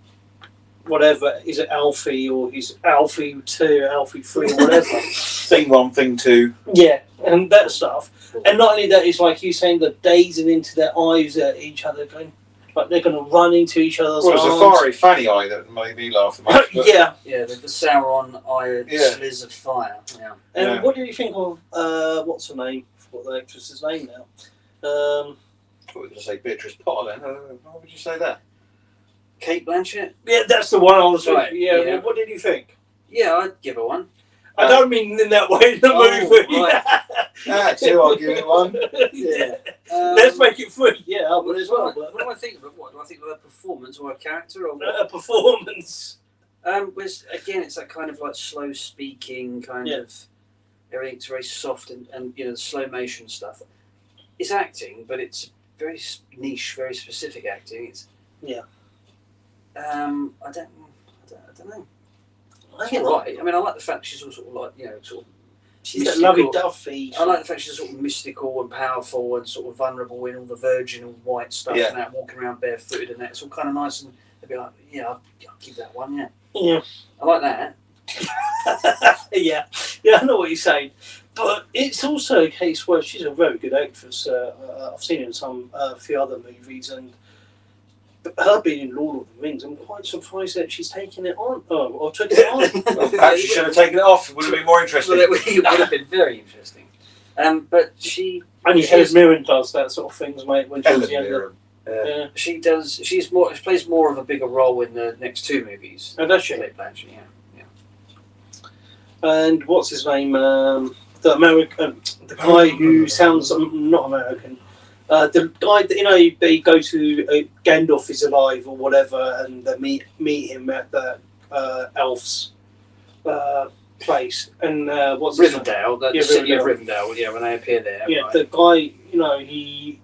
[SPEAKER 3] Whatever, is it Alfie or he's Alfie 2, Alfie 3, or whatever.
[SPEAKER 2] Thing one, thing two.
[SPEAKER 3] Yeah, and that stuff. And not only that, it's like you saying the dazing into their eyes at each other, going like they're going to run into each other's
[SPEAKER 2] Well, there's a
[SPEAKER 3] arms.
[SPEAKER 2] fiery fanny eye that made me laugh the most. but-
[SPEAKER 3] yeah,
[SPEAKER 1] Yeah, the, the Sauron eye
[SPEAKER 2] Yeah.
[SPEAKER 1] slithers of fire. Yeah.
[SPEAKER 3] and
[SPEAKER 2] Yeah.
[SPEAKER 3] what do you think of uh, what's her name? What the actress's name now? Um,
[SPEAKER 2] I was going to say Beatrice Potter then. Uh, Why would you say that?
[SPEAKER 1] Kate Blanchett.
[SPEAKER 3] yeah, that's the one I was
[SPEAKER 1] Right,
[SPEAKER 3] thinking. Yeah,
[SPEAKER 1] yeah.
[SPEAKER 3] well, what did you think?
[SPEAKER 1] Yeah, I'd give her one.
[SPEAKER 3] I
[SPEAKER 2] Uh,
[SPEAKER 3] don't mean in that way in the
[SPEAKER 1] oh,
[SPEAKER 3] movie.
[SPEAKER 1] right.
[SPEAKER 2] Ah, two, I'll give it one.
[SPEAKER 3] yeah.
[SPEAKER 1] Um,
[SPEAKER 3] Let's make it free. Yeah, I
[SPEAKER 1] What
[SPEAKER 3] would
[SPEAKER 1] is
[SPEAKER 3] as
[SPEAKER 1] what?
[SPEAKER 3] well.
[SPEAKER 1] What do I think of it? What do I think of her performance or her character? Or
[SPEAKER 3] but,
[SPEAKER 1] what?
[SPEAKER 3] uh, A performance.
[SPEAKER 1] Um, was again, it's that kind of like slow speaking kind
[SPEAKER 3] Yeah.
[SPEAKER 1] of everything's very soft and, and you know the slow motion stuff. It's acting, but it's very s- niche, very specific acting. It's
[SPEAKER 3] Yeah.
[SPEAKER 1] Um, I don't, I don't, I don't know.
[SPEAKER 3] I
[SPEAKER 1] She's
[SPEAKER 3] don't
[SPEAKER 1] all
[SPEAKER 3] know.
[SPEAKER 1] right. I mean, I like the fact she's all sort of like you know sort of.
[SPEAKER 3] She's that
[SPEAKER 1] Mystical.
[SPEAKER 3] lovely Duffy.
[SPEAKER 1] I like the fact she's sort of mystical and powerful and sort of vulnerable in all the virgin and white stuff
[SPEAKER 2] Yeah.
[SPEAKER 1] and that walking around barefooted and that. It's all kind of nice and they'd be like, yeah, I'll, I'll give that one. Yeah,
[SPEAKER 3] Yeah.
[SPEAKER 1] I like that.
[SPEAKER 3] yeah, yeah, I know what you're saying. But it's also a case where she's a very good actress. Uh, uh, I've seen her in some uh, few other movies, and her being in Lord of the Rings, I'm quite surprised that she's taking it on. Oh, or took it on.
[SPEAKER 2] Well, perhaps you should have taken it off. It would have been more interesting.
[SPEAKER 1] Well, it would- it would have been very interesting. Um, but she
[SPEAKER 3] and
[SPEAKER 1] She
[SPEAKER 3] Helen
[SPEAKER 1] is-
[SPEAKER 3] Mirren does that sort of things, mate. When she was
[SPEAKER 2] Helen
[SPEAKER 3] younger,
[SPEAKER 2] Mirren.
[SPEAKER 3] yeah,
[SPEAKER 1] she does she's more she plays more of a bigger role in the next two movies.
[SPEAKER 3] and that's she.
[SPEAKER 1] Kate Blanchett, yeah.
[SPEAKER 3] And what's his name? Um, the American, the guy who sounds um, not American. Uh, the guy that you know they go to uh, Gandalf is alive or whatever, and they meet meet him at the uh, elf's uh, place. And uh, what's his name?
[SPEAKER 1] Rivendell, the,
[SPEAKER 3] Yeah,
[SPEAKER 1] the city of Rivendell. Yeah, when they appear there.
[SPEAKER 3] Yeah,
[SPEAKER 1] right.
[SPEAKER 3] the guy you know he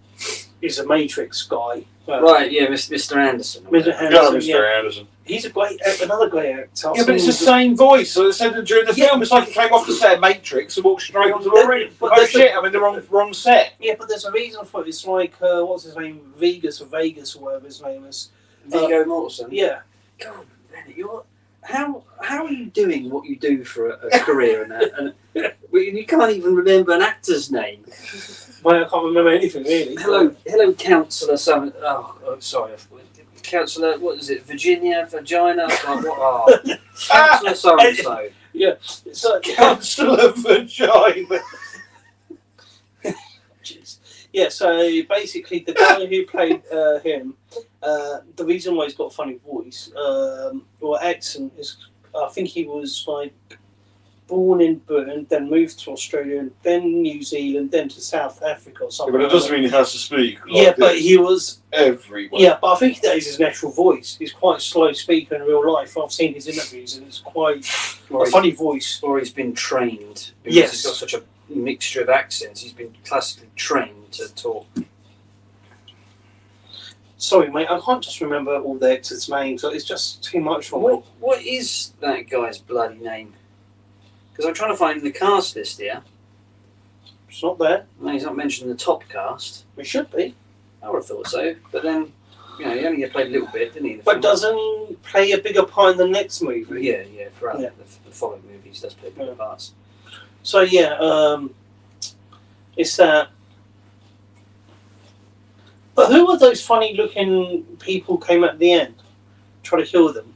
[SPEAKER 3] is a Matrix guy. Uh,
[SPEAKER 1] right. Yeah, Mis- Mr. Anderson. or
[SPEAKER 3] Mr.
[SPEAKER 1] whatever.
[SPEAKER 3] Anderson,
[SPEAKER 2] Yeah, Mr.
[SPEAKER 3] yeah.
[SPEAKER 2] Anderson.
[SPEAKER 3] He's a great another great actor. I've
[SPEAKER 2] Yeah, but it's
[SPEAKER 3] seen
[SPEAKER 2] the same voice. So it said during the
[SPEAKER 3] Yeah.
[SPEAKER 2] film, it's like he came off the set of Matrix and walked straight onto the
[SPEAKER 3] But-
[SPEAKER 2] room.
[SPEAKER 3] but
[SPEAKER 2] oh
[SPEAKER 3] that's the-
[SPEAKER 2] shit! I'm in the wrong wrong set.
[SPEAKER 3] Yeah, but there's a reason for it. It's like uh, what's his name, Vegas or Vegas or whatever his name is.
[SPEAKER 1] Viggo Mortensen.
[SPEAKER 3] uh, Yeah,
[SPEAKER 1] God, Bennett, you're how how are you doing what you do for a, a career and that? And well, you can't even remember an actor's name.
[SPEAKER 3] well, I can't remember anything really.
[SPEAKER 1] Hello, hello, councillor. Some. Oh, oh, sorry, councillor. What is it? Virginia, vagina. Like, what? Oh,
[SPEAKER 2] Ah,
[SPEAKER 1] councillor so and so.
[SPEAKER 3] It's like,
[SPEAKER 2] Counselor Vagina.
[SPEAKER 3] Jeez. Yeah, so basically, the guy who played uh, him, uh, the reason why he's got a funny voice um, or accent is I think he was like born in Britain, then moved to Australia, and then New Zealand, then to South Africa or something.
[SPEAKER 2] but it
[SPEAKER 3] like
[SPEAKER 2] doesn't
[SPEAKER 3] that.
[SPEAKER 2] mean he has to speak. Like
[SPEAKER 3] yeah, but
[SPEAKER 2] this.
[SPEAKER 3] he was.
[SPEAKER 2] everyone.
[SPEAKER 3] Yeah, but I think that is his natural voice. He's quite a slow speaker in real life. I've seen his interviews, and it's quite
[SPEAKER 1] Or
[SPEAKER 3] a
[SPEAKER 1] he's,
[SPEAKER 3] funny voice.
[SPEAKER 1] or he's been trained because
[SPEAKER 3] Yes.
[SPEAKER 1] he's got such a mixture of accents. He's been classically trained to talk.
[SPEAKER 3] Sorry, mate, I can't just remember all the actors' names. It's just too much for me.
[SPEAKER 1] What what is that guy's bloody name? Because I'm trying to find the cast list here.
[SPEAKER 3] It's not there.
[SPEAKER 1] No, he's not mentioned in the top cast.
[SPEAKER 3] We should be.
[SPEAKER 1] I would have thought so, but then you know he only played a little bit, didn't he? in the
[SPEAKER 3] But
[SPEAKER 1] film?
[SPEAKER 3] doesn't he play a bigger part in the next movie?
[SPEAKER 1] Yeah, yeah. Throughout
[SPEAKER 3] Yeah.
[SPEAKER 1] The, the following movies, does play bigger
[SPEAKER 3] Yeah.
[SPEAKER 1] parts.
[SPEAKER 3] So yeah, um, it's that. But who are those funny-looking people came at the end? Try to kill them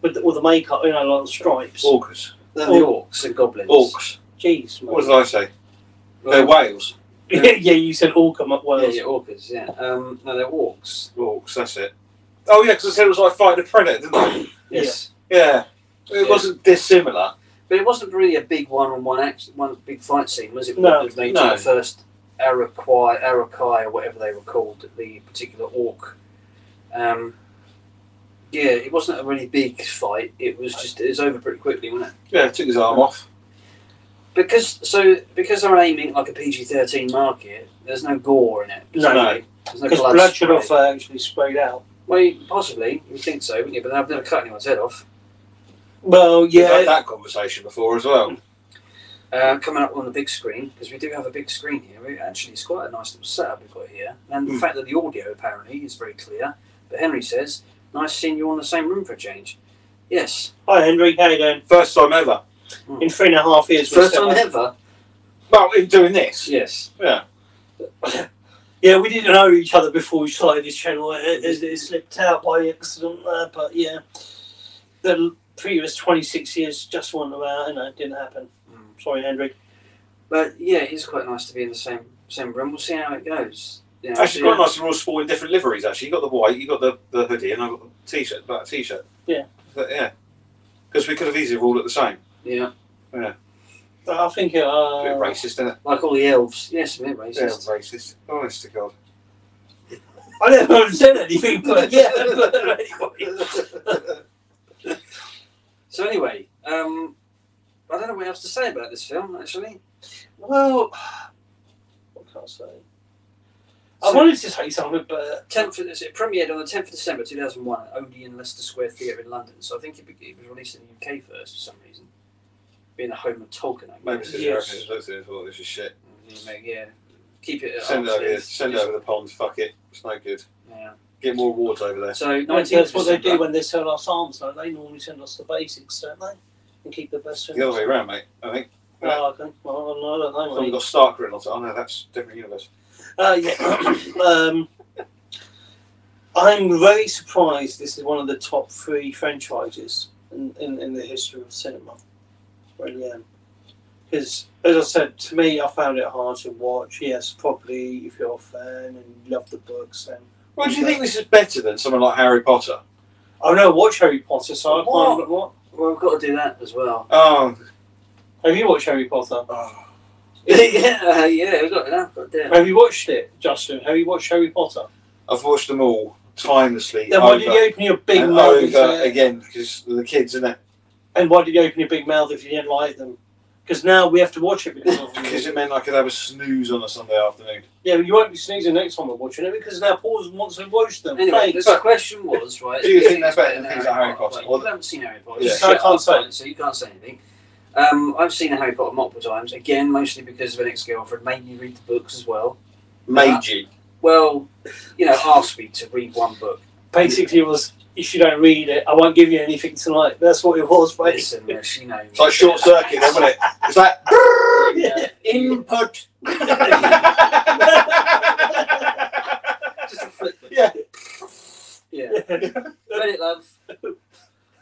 [SPEAKER 3] with the, all the makeup, you know, like the stripes.
[SPEAKER 2] Orcas.
[SPEAKER 1] They're
[SPEAKER 3] Orc-
[SPEAKER 1] the orcs and goblins.
[SPEAKER 2] Orcs.
[SPEAKER 3] Jeez, mate.
[SPEAKER 2] What did I say? They're whales.
[SPEAKER 3] yeah, yeah, you said Orca Mo-
[SPEAKER 1] Yeah,
[SPEAKER 3] Wales.
[SPEAKER 1] yeah, orcas. Yeah. Um, no, they're orcs.
[SPEAKER 2] Orcs, that's it. Oh, yeah, because I said it was like fighting a predator, didn't I?
[SPEAKER 1] Yes.
[SPEAKER 2] Yeah. It
[SPEAKER 1] Yeah.
[SPEAKER 2] wasn't dissimilar.
[SPEAKER 1] But it wasn't really a big one-on-one action, one big fight scene, was it?
[SPEAKER 3] No,
[SPEAKER 1] They did
[SPEAKER 2] no.
[SPEAKER 1] the first Arakai, Arakai, or whatever they were called, the particular orc. Um, yeah, it wasn't a really big fight. It was just it was over pretty quickly, wasn't it?
[SPEAKER 2] Yeah, took his arm off.
[SPEAKER 1] Because so because they're aiming at, like a PG thirteen market, there's no gore in it.
[SPEAKER 3] No.
[SPEAKER 2] No.
[SPEAKER 1] there's no
[SPEAKER 3] Because
[SPEAKER 1] blood.
[SPEAKER 3] blood should
[SPEAKER 1] spray.
[SPEAKER 3] have uh, actually sprayed out.
[SPEAKER 1] Well, possibly you'd think so, wouldn't you? But I've never cut anyone's head off.
[SPEAKER 3] Well,
[SPEAKER 2] We've had
[SPEAKER 3] yeah,
[SPEAKER 2] that conversation before as well.
[SPEAKER 1] Uh, coming up on the big screen because we do have a big screen here. We, actually, it's quite a nice little setup we've got here, and the
[SPEAKER 2] Hmm.
[SPEAKER 1] fact that the audio apparently is very clear. But Henry says, "Nice seeing you all in the same room for a change." Yes,
[SPEAKER 3] hi Henry, how you doing?
[SPEAKER 2] First time ever.
[SPEAKER 3] In three and a half years, we're
[SPEAKER 1] first
[SPEAKER 3] still-
[SPEAKER 1] time ever.
[SPEAKER 2] Well, in doing this.
[SPEAKER 1] Yes,
[SPEAKER 3] Yeah, we didn't know each other before we started this channel. It, it, it slipped out by accident, uh, but yeah, the previous 26 years just went about, and it didn't happen.
[SPEAKER 1] Mm.
[SPEAKER 3] Sorry, Hendrik.
[SPEAKER 1] but yeah, it's quite nice to be in the same same room. We'll see how it goes. Yeah,
[SPEAKER 2] Actually,
[SPEAKER 1] yeah.
[SPEAKER 2] quite nice. They're all sport in different liveries, actually. you got the white, you got the, the hoodie, and i got the t shirt, that t shirt.
[SPEAKER 3] Yeah.
[SPEAKER 2] But, yeah. Because we could have easily all at the same.
[SPEAKER 1] Yeah,
[SPEAKER 3] But I think it,
[SPEAKER 2] A
[SPEAKER 3] uh,
[SPEAKER 2] bit racist, isn't it?
[SPEAKER 1] like all the elves. Yes, a bit
[SPEAKER 2] Yeah,
[SPEAKER 1] Oh. racist.
[SPEAKER 2] racist. Honest to God.
[SPEAKER 3] I never said anything, but yeah. but anyway.
[SPEAKER 1] So anyway, um, I don't know what else to say about this film. Actually,
[SPEAKER 3] Well, what can I say? I
[SPEAKER 1] So-
[SPEAKER 3] wanted to say something, but
[SPEAKER 1] 10th of, it premiered on the 10th of December 2001 at Odeon Leicester Square Theatre in London. So I think it, be, it was released in the UK first for some reason, being a home of Tolkien. I
[SPEAKER 2] Maybe
[SPEAKER 1] guess.
[SPEAKER 2] since
[SPEAKER 3] Yes.
[SPEAKER 2] Americans looked at it and thought this is shit.
[SPEAKER 1] Yeah, mate, yeah. Keep it. at
[SPEAKER 2] Send
[SPEAKER 1] arm's
[SPEAKER 2] it over here.
[SPEAKER 1] length.
[SPEAKER 2] Send it
[SPEAKER 1] Just-
[SPEAKER 2] over the ponds. Fuck it. It's no good.
[SPEAKER 1] Yeah.
[SPEAKER 2] Get more awards over there.
[SPEAKER 1] So 19th
[SPEAKER 3] that's what they
[SPEAKER 1] December.
[SPEAKER 3] do when they sell us arms. Like, they normally send us the basics, don't they? And keep the best.
[SPEAKER 2] The other way around, mate. I think.
[SPEAKER 3] Oh, okay. Well, I don't know.
[SPEAKER 2] Someone
[SPEAKER 3] mate.
[SPEAKER 2] got Stark written on it. Oh no, that's different universe.
[SPEAKER 3] Uh, yeah. um, I'm very surprised this is one of the top three franchises in, in, in the history of cinema. Really am. Because, as I said, to me, I found it hard to watch. Yes, probably if you're a fan and you love the books. And
[SPEAKER 2] Well, do you think this is better than someone like Harry Potter?
[SPEAKER 3] I've never watched Harry Potter, so I
[SPEAKER 1] What?
[SPEAKER 3] can't. What?
[SPEAKER 1] Well, we've got to do that as well.
[SPEAKER 2] Oh,
[SPEAKER 3] Have you watched Harry Potter?
[SPEAKER 2] oh.
[SPEAKER 1] yeah, uh, yeah, we've got that. Got that.
[SPEAKER 3] Have you watched it, Justin? Have you watched Harry Potter?
[SPEAKER 2] I've watched them all timelessly
[SPEAKER 3] Then why
[SPEAKER 2] over
[SPEAKER 3] did you open your big
[SPEAKER 2] and
[SPEAKER 3] mouth?
[SPEAKER 2] over
[SPEAKER 3] and say-
[SPEAKER 2] again because of the kids in it
[SPEAKER 3] And why did you open your big mouth if you didn't like them? Because now we have to watch it because of
[SPEAKER 2] because it meant I could have a snooze on a Sunday afternoon.
[SPEAKER 3] Yeah, but you won't be sneezing next time we're watching it because now Paul wants to watch them.
[SPEAKER 1] Anyway,
[SPEAKER 3] Thanks.
[SPEAKER 1] the question was right.
[SPEAKER 2] Do you
[SPEAKER 1] if
[SPEAKER 2] think that's better than things like Harry Potter?
[SPEAKER 1] Well, you haven't seen Harry Potter,
[SPEAKER 2] Yeah.
[SPEAKER 1] so
[SPEAKER 3] So I
[SPEAKER 1] shut
[SPEAKER 3] can't
[SPEAKER 1] up,
[SPEAKER 3] say.
[SPEAKER 1] right, So you can't say anything. Um, I've seen Harry Potter multiple times. Again, mostly because of an ex-girlfriend made me read the books as well.
[SPEAKER 2] Made you.
[SPEAKER 1] Well, you know, asked me to read one book.
[SPEAKER 3] Basically, it was if you don't read it, I won't give you anything tonight. That's what it was, basically.
[SPEAKER 1] Listen, Miss, you know,
[SPEAKER 2] It's like short circuit, then, wasn't it? It's like
[SPEAKER 3] Yeah.
[SPEAKER 2] input.
[SPEAKER 1] Just a flip.
[SPEAKER 2] Yeah.
[SPEAKER 1] yeah.
[SPEAKER 3] That's
[SPEAKER 1] Read it, love.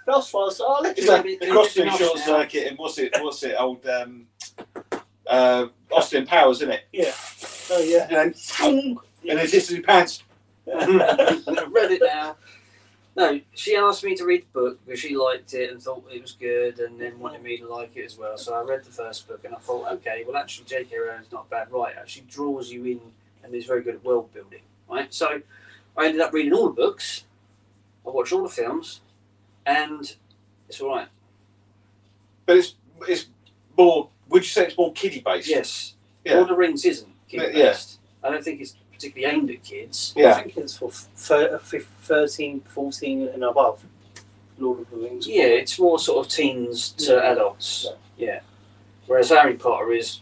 [SPEAKER 3] fast. I'll let
[SPEAKER 2] It's
[SPEAKER 3] you
[SPEAKER 2] like crossing short circuit and what's it? What's it? Old um, uh, Austin Powers, isn't it?
[SPEAKER 3] Oh, yeah.
[SPEAKER 2] And then, and it's just his pants.
[SPEAKER 1] Read it now. No, she asked me to read the book because she liked it and thought it was good, and then wanted me to like it as well. So I read the first book and I thought, okay, well actually J.K. Rowling's not a bad writer. She draws you in and is very good at world building. Right, so I ended up reading all the books. I watched all the films, and it's all right.
[SPEAKER 2] But it's it's more. Would you say it's more kiddie based?
[SPEAKER 1] Yes,
[SPEAKER 2] Yeah. Uh,
[SPEAKER 1] Lord of the Rings isn't
[SPEAKER 2] Yeah.
[SPEAKER 1] kid based. I don't think it's particularly aimed at kids.
[SPEAKER 2] Yeah.
[SPEAKER 3] I think it's for f- thir- f- 13, 14 and above. Lord of the Rings.
[SPEAKER 1] Yeah, it's more sort of teens to
[SPEAKER 3] Yeah.
[SPEAKER 1] adults. Yeah. Whereas Harry Potter is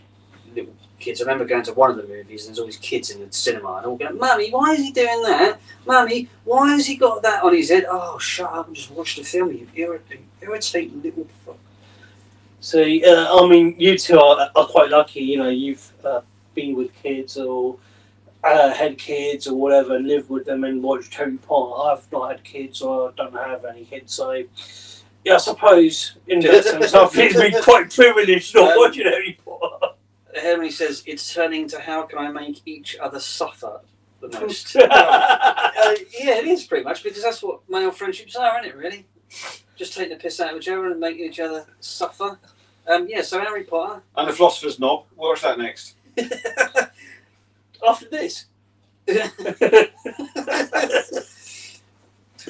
[SPEAKER 1] little kids. I remember going to one of the movies and there's all these kids in the cinema and all going, Mummy, why is he doing that? Mummy, why has he got that on his head? Oh, shut up and just watch the film, you irritating, irritating little fuck.
[SPEAKER 3] So, uh, I mean, you two are, are quite lucky. You know, you've uh, been with kids or uh, had kids or whatever, and lived with them and watched Harry Potter. I've not had kids or don't have any kids, so yeah, I suppose in that sense, I've been quite privileged not
[SPEAKER 1] Um,
[SPEAKER 3] watching Harry Potter.
[SPEAKER 1] Hermione says, it's turning to how can I make each other suffer the most. uh, yeah, it is pretty much because that's what male friendships are, isn't it? Really, just take the piss out of each other and make each other suffer. Um, yeah, so Harry Potter.
[SPEAKER 2] And the Philosopher's Knob. We'll watch that next.
[SPEAKER 3] After this,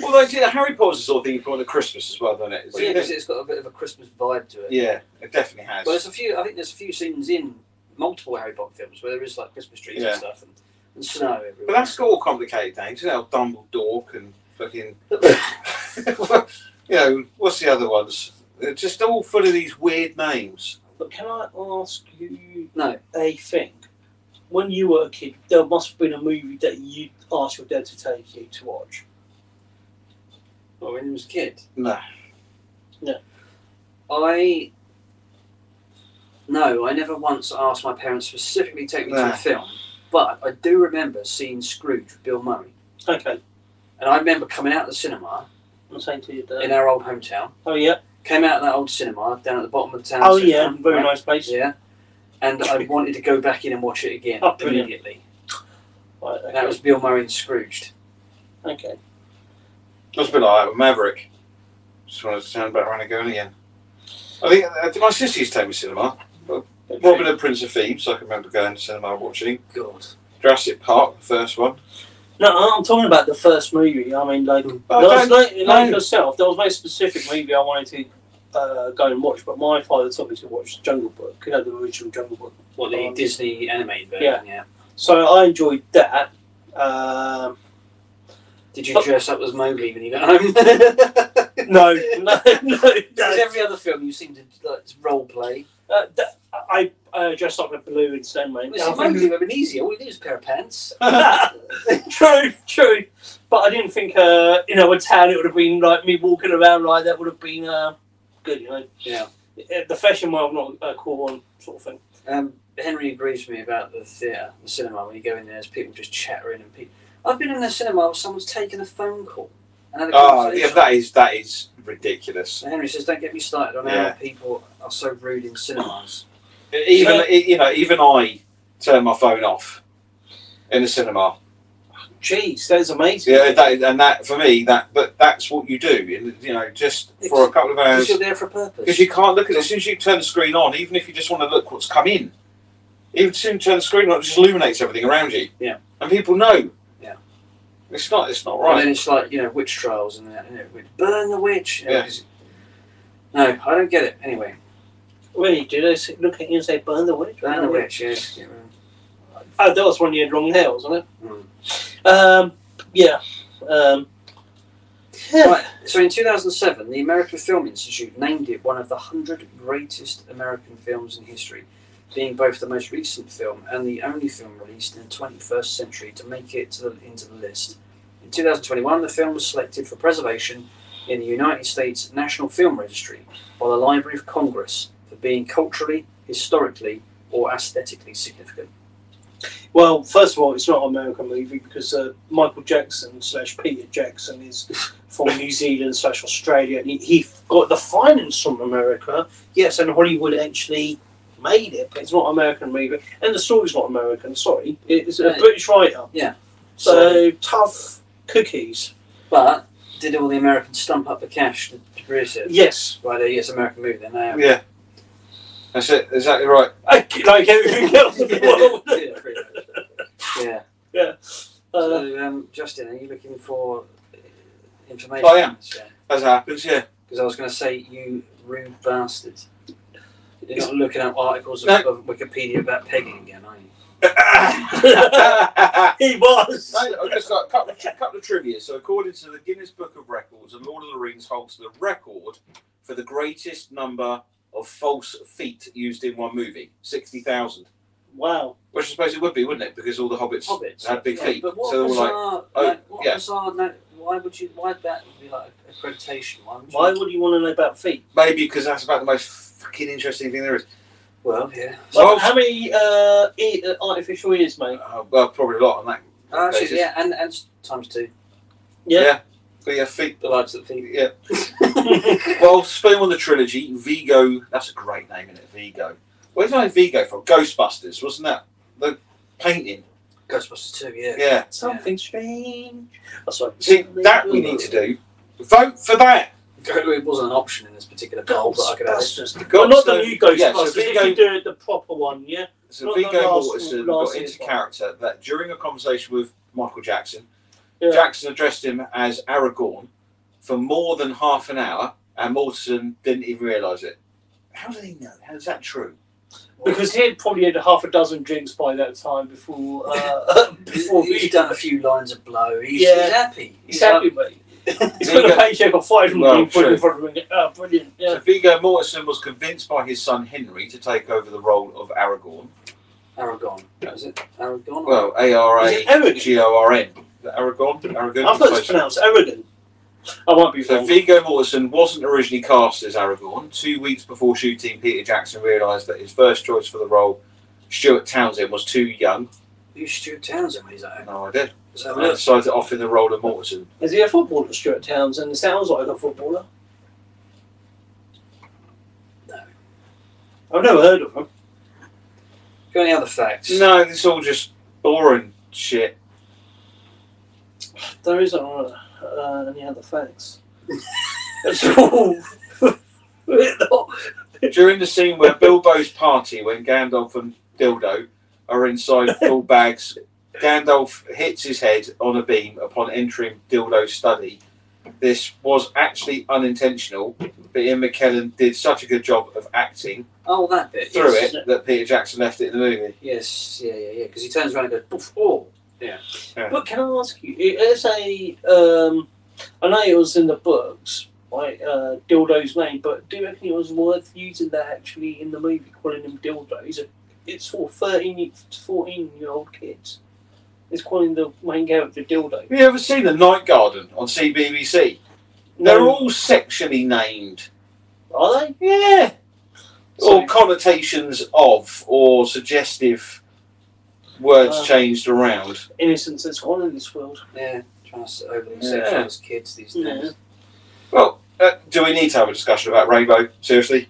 [SPEAKER 2] Although you know, Harry Potter's the sort of thing you put on at Christmas as well, doesn't it?
[SPEAKER 1] yeah, because it's got a bit of a Christmas vibe to it.
[SPEAKER 2] Yeah, it definitely has.
[SPEAKER 1] Well, there's a few. I think there's a few scenes in multiple Harry Potter films where there is like Christmas trees
[SPEAKER 2] Yeah.
[SPEAKER 1] and stuff and, and snow everywhere.
[SPEAKER 2] But that's got all complicated names. You know, Dumbledore and fucking. you know, what's the other ones? They're just all full of these weird names.
[SPEAKER 3] but can I ask you
[SPEAKER 1] No.
[SPEAKER 3] a thing? When you were a kid, there must have been a movie that you asked your dad to take you to watch.
[SPEAKER 1] Well, when I was a kid,
[SPEAKER 2] No.
[SPEAKER 1] I no, I never once asked my parents specifically to take me to
[SPEAKER 2] Nah.
[SPEAKER 1] a film, but I do remember seeing Scrooge with Bill Murray.
[SPEAKER 3] Okay,
[SPEAKER 1] And I remember coming out of the cinema
[SPEAKER 3] I'm saying to your dad.
[SPEAKER 1] in our old hometown.
[SPEAKER 3] Oh yeah.
[SPEAKER 1] Came out of that old cinema down at the bottom of the town.
[SPEAKER 3] Oh
[SPEAKER 1] cinema,
[SPEAKER 3] yeah, very
[SPEAKER 1] right?
[SPEAKER 3] nice place.
[SPEAKER 1] Yeah. And I wanted to go back in and watch it again
[SPEAKER 3] Oh, brilliant.
[SPEAKER 1] immediately.
[SPEAKER 3] Right, okay.
[SPEAKER 1] And that was Bill Murray and Scrooged.
[SPEAKER 3] okay.
[SPEAKER 2] That's a bit like that with Maverick. Just wanted to turn back around and go in again. I think uh, did my sister used to take me to cinema. Robin and Prince of Thieves, I can remember going to cinema and watching.
[SPEAKER 1] God.
[SPEAKER 2] Jurassic Park, the first one.
[SPEAKER 3] No, I'm talking about the first movie. I mean, like,
[SPEAKER 2] I
[SPEAKER 3] there was
[SPEAKER 2] Oh, don't
[SPEAKER 3] no, like
[SPEAKER 2] know.
[SPEAKER 3] yourself, there was no specific movie I wanted to uh, go and watch, but my father took me to watch Jungle Book, you know, the original Jungle Book.
[SPEAKER 1] What, the
[SPEAKER 3] Um,
[SPEAKER 1] Disney animated version, yeah.
[SPEAKER 3] So I enjoyed that. Um,
[SPEAKER 1] Did you
[SPEAKER 3] But-
[SPEAKER 1] dress up as Mowgli when you got home? Because
[SPEAKER 3] no, no, no, no.
[SPEAKER 1] every other film you seem to like role play.
[SPEAKER 3] Uh, that, I uh, dressed up in blue instead, mate.
[SPEAKER 1] Listen, Mowgli would have been easier. All you need is a pair of pants.
[SPEAKER 3] true, true. But I didn't think, uh, you know, a town it would have been like me walking around like that would have been uh, good, you know.
[SPEAKER 1] Yeah.
[SPEAKER 3] Uh, The fashion world, not a cool one, sort of thing.
[SPEAKER 1] Um, Henry agrees with me about the theatre, the cinema. When you go in there, there's people just chattering and people. I've been in a cinema where someone's taken a phone call and had a
[SPEAKER 2] Oh,
[SPEAKER 1] conversation.
[SPEAKER 2] yeah, that is that is ridiculous.
[SPEAKER 1] So Henry says, "Don't get me started on how
[SPEAKER 2] Yeah.
[SPEAKER 1] people are so rude in cinemas."
[SPEAKER 2] Even e,
[SPEAKER 3] Yeah.
[SPEAKER 2] you know, even I turn my phone off in the cinema.
[SPEAKER 3] Jeez, that is amazing.
[SPEAKER 2] Yeah, that, and that for me that but that's what you do. and, You know, just for a couple of
[SPEAKER 1] Because
[SPEAKER 2] hours
[SPEAKER 1] you're there for a purpose.
[SPEAKER 2] Uh, because you can't look at it. As soon as you turn the screen on, even if you just want to look what's come in, even soon turn the screen on, it just illuminates everything around you.
[SPEAKER 1] Yeah.
[SPEAKER 2] and people know.
[SPEAKER 1] Yeah.
[SPEAKER 2] it's not it's not
[SPEAKER 1] And then
[SPEAKER 2] right.
[SPEAKER 1] it's like you know witch trials and that. You know, with burn the witch. you know,
[SPEAKER 2] Yeah.
[SPEAKER 1] 'cause- No, I don't get it. Anyway,
[SPEAKER 3] Really, do they s- look at you and say, burn the witch?
[SPEAKER 1] burn the witch. Yes. get rid of-
[SPEAKER 3] Oh, that was when you had long hair, wasn't it?
[SPEAKER 1] Mm.
[SPEAKER 3] Um, yeah. Um,
[SPEAKER 1] Right. So in 2007, the American Film Institute named it one of the 100 greatest American films in history, being both the most recent film and the only film released in the 21st century to make it to the, into the list. In 2021, the film was selected for preservation in the United States National Film Registry by the Library of Congress for being culturally, historically, or aesthetically significant.
[SPEAKER 3] Well, first of all, it's not an American movie because uh, Michael Jackson slash Peter Jackson is from New Zealand slash Australia. He, he got the finance from America, yes, and Hollywood actually made it, but it's not an American movie. And the story's not American, sorry. It's a
[SPEAKER 1] Right.
[SPEAKER 3] British writer.
[SPEAKER 1] Yeah.
[SPEAKER 3] So, tough cookies.
[SPEAKER 1] But did all the Americans stump up the cash to, to produce it?
[SPEAKER 3] Yes,
[SPEAKER 1] Right, there, yes, American movie. Then now,
[SPEAKER 2] Yeah. That's it. Exactly right.
[SPEAKER 3] I, like everything else in the world.
[SPEAKER 1] yeah, pretty much. yeah.
[SPEAKER 3] Uh,
[SPEAKER 1] so, um, Justin, are you looking for uh, information?
[SPEAKER 2] I am. As happens, yeah.
[SPEAKER 1] Because I was going to say, you rude bastards. You're not looking at articles
[SPEAKER 2] No.
[SPEAKER 1] of, of Wikipedia about pegging again, are you?
[SPEAKER 2] I-
[SPEAKER 3] he was.
[SPEAKER 2] I've just got a couple of, tri- couple of trivia. So, according to the Guinness Book of Records, The Lord of the Rings holds the record for the greatest number of false feet used in one movie 60,000.
[SPEAKER 3] Wow.
[SPEAKER 2] Which I suppose it would be, wouldn't it? Because all the hobbits,
[SPEAKER 1] Hobbits.
[SPEAKER 2] had big
[SPEAKER 1] yeah,
[SPEAKER 2] feet.
[SPEAKER 1] But what
[SPEAKER 2] So they were like,
[SPEAKER 1] bizarre,
[SPEAKER 2] oh,
[SPEAKER 1] like, what
[SPEAKER 2] yeah.
[SPEAKER 1] bizarre, no, why would you, why'd that be like a quotation? Why would you?
[SPEAKER 3] Why would you want to know about feet?
[SPEAKER 2] maybe because that's about the most fucking interesting thing there is.
[SPEAKER 1] Well, yeah.
[SPEAKER 2] So I
[SPEAKER 3] Well,
[SPEAKER 2] was-
[SPEAKER 3] how many uh, e- uh, artificial ears, mate?
[SPEAKER 2] Uh, well, probably a lot on that.
[SPEAKER 1] Uh, actually,
[SPEAKER 2] basis.
[SPEAKER 1] yeah, and, and times two.
[SPEAKER 3] Yeah.
[SPEAKER 2] But yeah, feet.
[SPEAKER 1] The lads that think.
[SPEAKER 2] Yeah. Well, film on the trilogy, Vigo. That's a great name, isn't it? Vigo. Where did I know Vigo from? Ghostbusters, wasn't that the painting?
[SPEAKER 1] Ghostbusters 2, yeah.
[SPEAKER 2] Yeah.
[SPEAKER 3] Something strange. Oh, sorry.
[SPEAKER 2] See, that we need to do. Vote for that.
[SPEAKER 1] It wasn't an option in this particular poll,
[SPEAKER 2] Oh,
[SPEAKER 1] but I could ask.
[SPEAKER 3] Ghostbusters. Well, not the new Ghostbusters.
[SPEAKER 2] Yeah, so
[SPEAKER 3] if you
[SPEAKER 2] Vigo,
[SPEAKER 3] do it the proper one, yeah.
[SPEAKER 2] so
[SPEAKER 3] not
[SPEAKER 2] Vigo
[SPEAKER 3] the last-
[SPEAKER 2] Mortensen
[SPEAKER 3] last
[SPEAKER 2] got into
[SPEAKER 3] year's one.
[SPEAKER 2] character that during a conversation with Michael Jackson,
[SPEAKER 3] Yeah.
[SPEAKER 2] Jackson addressed him as Aragorn for more than half an hour, and Mortensen didn't even realise it. How do they know? How is that true?
[SPEAKER 3] Because he had probably had half a dozen drinks by that time before uh, before
[SPEAKER 1] he's
[SPEAKER 3] we.
[SPEAKER 1] done a few lines of blow. He's,
[SPEAKER 3] Yeah.
[SPEAKER 1] he's happy.
[SPEAKER 3] He's happy, mate.
[SPEAKER 1] like-
[SPEAKER 3] He's
[SPEAKER 2] Vigo-
[SPEAKER 3] got a paycheck of five
[SPEAKER 2] Well,
[SPEAKER 3] million put
[SPEAKER 2] true.
[SPEAKER 3] in front of him. Oh, brilliant. Yeah.
[SPEAKER 2] So Vigo Mortensen was convinced by his son Henry to take over the role of Aragorn.
[SPEAKER 1] Aragon. Is it Aragon?
[SPEAKER 2] Well, A R
[SPEAKER 3] Is
[SPEAKER 2] A
[SPEAKER 3] it arrogant?
[SPEAKER 2] G O R N. Aragorn? Aragorn?
[SPEAKER 3] I thought it's pronounced arrogant. I might be
[SPEAKER 2] So
[SPEAKER 3] wrong.
[SPEAKER 2] Vigo Mortensen wasn't originally cast as Aragorn. Two weeks before shooting, Peter Jackson realised that his first choice for the role, Stuart Townsend, was too young.
[SPEAKER 1] Who's Stuart Townsend when he's at home?
[SPEAKER 2] No idea.
[SPEAKER 1] Let's have a
[SPEAKER 2] And
[SPEAKER 1] look.
[SPEAKER 2] decided to offer him the role of Mortensen.
[SPEAKER 3] Is he a footballer, Stuart Townsend? It sounds like a footballer.
[SPEAKER 1] No.
[SPEAKER 3] I've never heard of him.
[SPEAKER 1] Got any other facts?
[SPEAKER 2] No, it's all just boring shit.
[SPEAKER 3] There isn't uh, any other facts. That's all.
[SPEAKER 2] During the scene where Bilbo's party, when Gandalf and Dildo are inside full bags, Gandalf hits his head on a beam upon entering Dildo's study. This was actually unintentional, but Ian McKellen did such a good job of acting
[SPEAKER 1] Oh, that bit.
[SPEAKER 2] through
[SPEAKER 1] yes.
[SPEAKER 2] it that Peter Jackson left it in the movie.
[SPEAKER 1] Yes, yeah, yeah, yeah. Because he turns around and goes, Boof, oh.
[SPEAKER 3] But can I ask you, as a, um, I know it was in the books, like uh, Dildo's name, but do you reckon it was worth using that actually in the movie, calling him Dildo? He's a, it's for 13 to 14 year old kids. It's calling the main character Dildo.
[SPEAKER 2] Have you ever seen The Night Garden on CBBC? They're all sexually named.
[SPEAKER 3] Are they?
[SPEAKER 2] Yeah.
[SPEAKER 3] So-
[SPEAKER 2] or connotations of, or suggestive words
[SPEAKER 3] Uh,
[SPEAKER 2] changed around.
[SPEAKER 3] Innocence that's gone in this world.
[SPEAKER 1] Yeah, trying to overly
[SPEAKER 2] Yeah.
[SPEAKER 1] sexualise kids these days.
[SPEAKER 2] Well, uh, do we need to have a discussion about Rainbow? Seriously?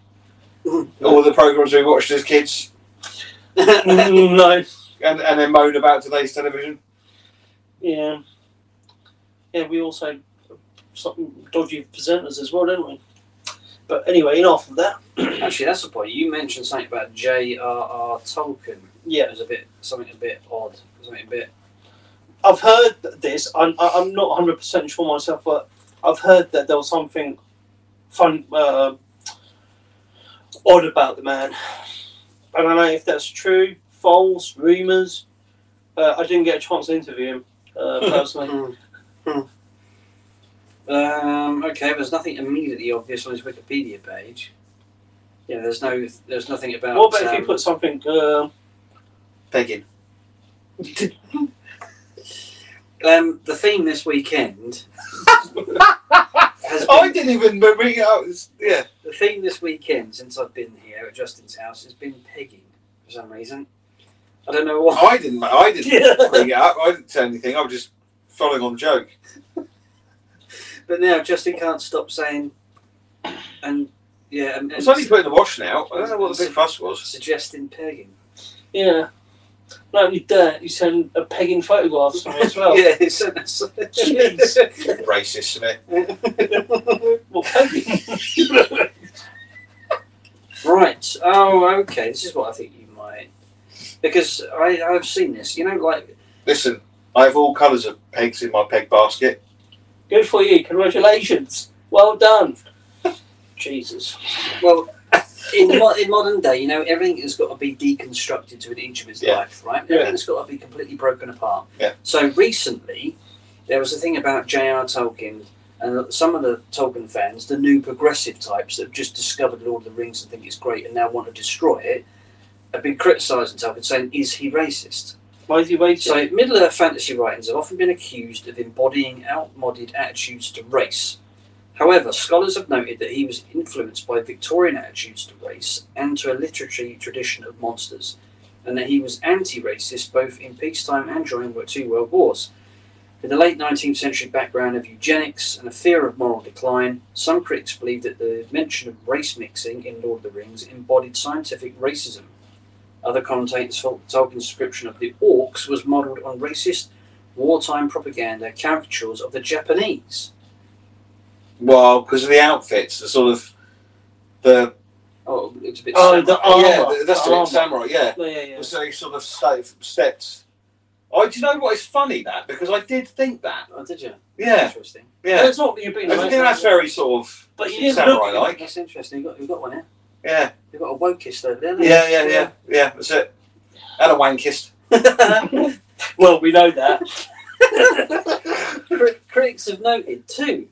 [SPEAKER 2] All the programs we watched as kids
[SPEAKER 3] Mm, no.
[SPEAKER 2] and, and then moan about today's television?
[SPEAKER 3] Yeah. Yeah, we also some dodgy presenters as well, don't we? But anyway, enough of that.
[SPEAKER 1] Actually, that's the point. You mentioned something about J.R.R. Tolkien. It
[SPEAKER 3] Yeah,
[SPEAKER 1] was a bit something a bit odd. Something a bit.
[SPEAKER 3] I've heard this. I'm, I- I'm not 100 percent sure myself, but I've heard that there was something fun uh, odd about the man. I don't know if that's true, false, rumors. Uh, I didn't get a chance to interview him uh, personally.
[SPEAKER 1] Hmm. Um, okay, there's nothing immediately obvious on his Wikipedia page. Yeah, there's no, there's nothing about.
[SPEAKER 3] what about if you
[SPEAKER 1] um,
[SPEAKER 3] put something? Uh,
[SPEAKER 2] Pegging.
[SPEAKER 1] Um, the theme this weekend has
[SPEAKER 2] I
[SPEAKER 3] Oh,
[SPEAKER 1] been,
[SPEAKER 2] didn't even bring it up. It's- yeah.
[SPEAKER 1] the theme this weekend since I've been here at Justin's house has been pegging for some reason. I don't know why.
[SPEAKER 2] I didn't, I didn't bring it up. I didn't say anything. I was just following on the joke.
[SPEAKER 1] But now Justin can't stop saying, and yeah, and, and
[SPEAKER 2] It's only put in the wash now. I don't know what the big fuss was.
[SPEAKER 1] suggesting pegging.
[SPEAKER 3] yeah. Not only that, you send a pegging photographs to me as Oh, well.
[SPEAKER 1] yeah, it's, it's,
[SPEAKER 3] Jeez.
[SPEAKER 2] Racist, isn't it?
[SPEAKER 3] Well, pegging.
[SPEAKER 1] Right. Oh, okay. This is what I think you might. Because I, I've seen this. You know, like.
[SPEAKER 2] Listen, I have all colours of pegs in my peg basket.
[SPEAKER 3] Good for you. Congratulations. Well done. Jesus.
[SPEAKER 1] Well, in, mo- in modern day, you know, everything has got to be deconstructed to an inch of its
[SPEAKER 2] Yeah.
[SPEAKER 1] life, right?
[SPEAKER 3] Yeah.
[SPEAKER 1] Everything's got to be completely broken apart.
[SPEAKER 2] Yeah.
[SPEAKER 1] So recently, there was a thing about J.R. Tolkien and some of the Tolkien fans, the new progressive types that have just discovered Lord of the Rings and think it's great and now want to destroy it, have been criticising Tolkien, saying, is he racist?
[SPEAKER 3] Why is he waiting?
[SPEAKER 1] So, Middle Earth fantasy writings have often been accused of embodying outmoded attitudes to race. However, scholars have noted that he was influenced by Victorian attitudes to race and to a literary tradition of monsters, and that he was anti racist both in peacetime and during World- two world wars. With a late 19th century background of eugenics and a fear of moral decline, some critics believe that the mention of race mixing in Lord of the Rings embodied scientific racism. Other commentators felt Tolkien's description of the orcs was modelled on racist wartime propaganda caricatures of the Japanese.
[SPEAKER 2] Well, because of the outfits, the sort of the
[SPEAKER 1] Oh, it's a bit.
[SPEAKER 3] Oh,
[SPEAKER 1] sad.
[SPEAKER 3] the armor.
[SPEAKER 2] yeah, the- that's
[SPEAKER 3] the
[SPEAKER 2] the
[SPEAKER 3] armor.
[SPEAKER 2] samurai. Yeah,
[SPEAKER 3] Yeah, yeah, yeah.
[SPEAKER 2] so they sort of sta steps. Oh, do you know what? It's funny that because I did think that.
[SPEAKER 1] Oh, did you?
[SPEAKER 2] Yeah,
[SPEAKER 1] Interesting.
[SPEAKER 2] yeah.
[SPEAKER 3] It's not you being.
[SPEAKER 2] I think that's very sort of
[SPEAKER 3] But you didn't
[SPEAKER 2] samurai
[SPEAKER 3] look-
[SPEAKER 2] like.
[SPEAKER 1] That's interesting. You've got, you've got one here.
[SPEAKER 2] Yeah,
[SPEAKER 1] You've got a wokist over there. haven't you?
[SPEAKER 2] yeah, yeah, yeah, yeah. That's it. And a wankist.
[SPEAKER 3] well, we know that.
[SPEAKER 1] Cri- Critics have noted, too,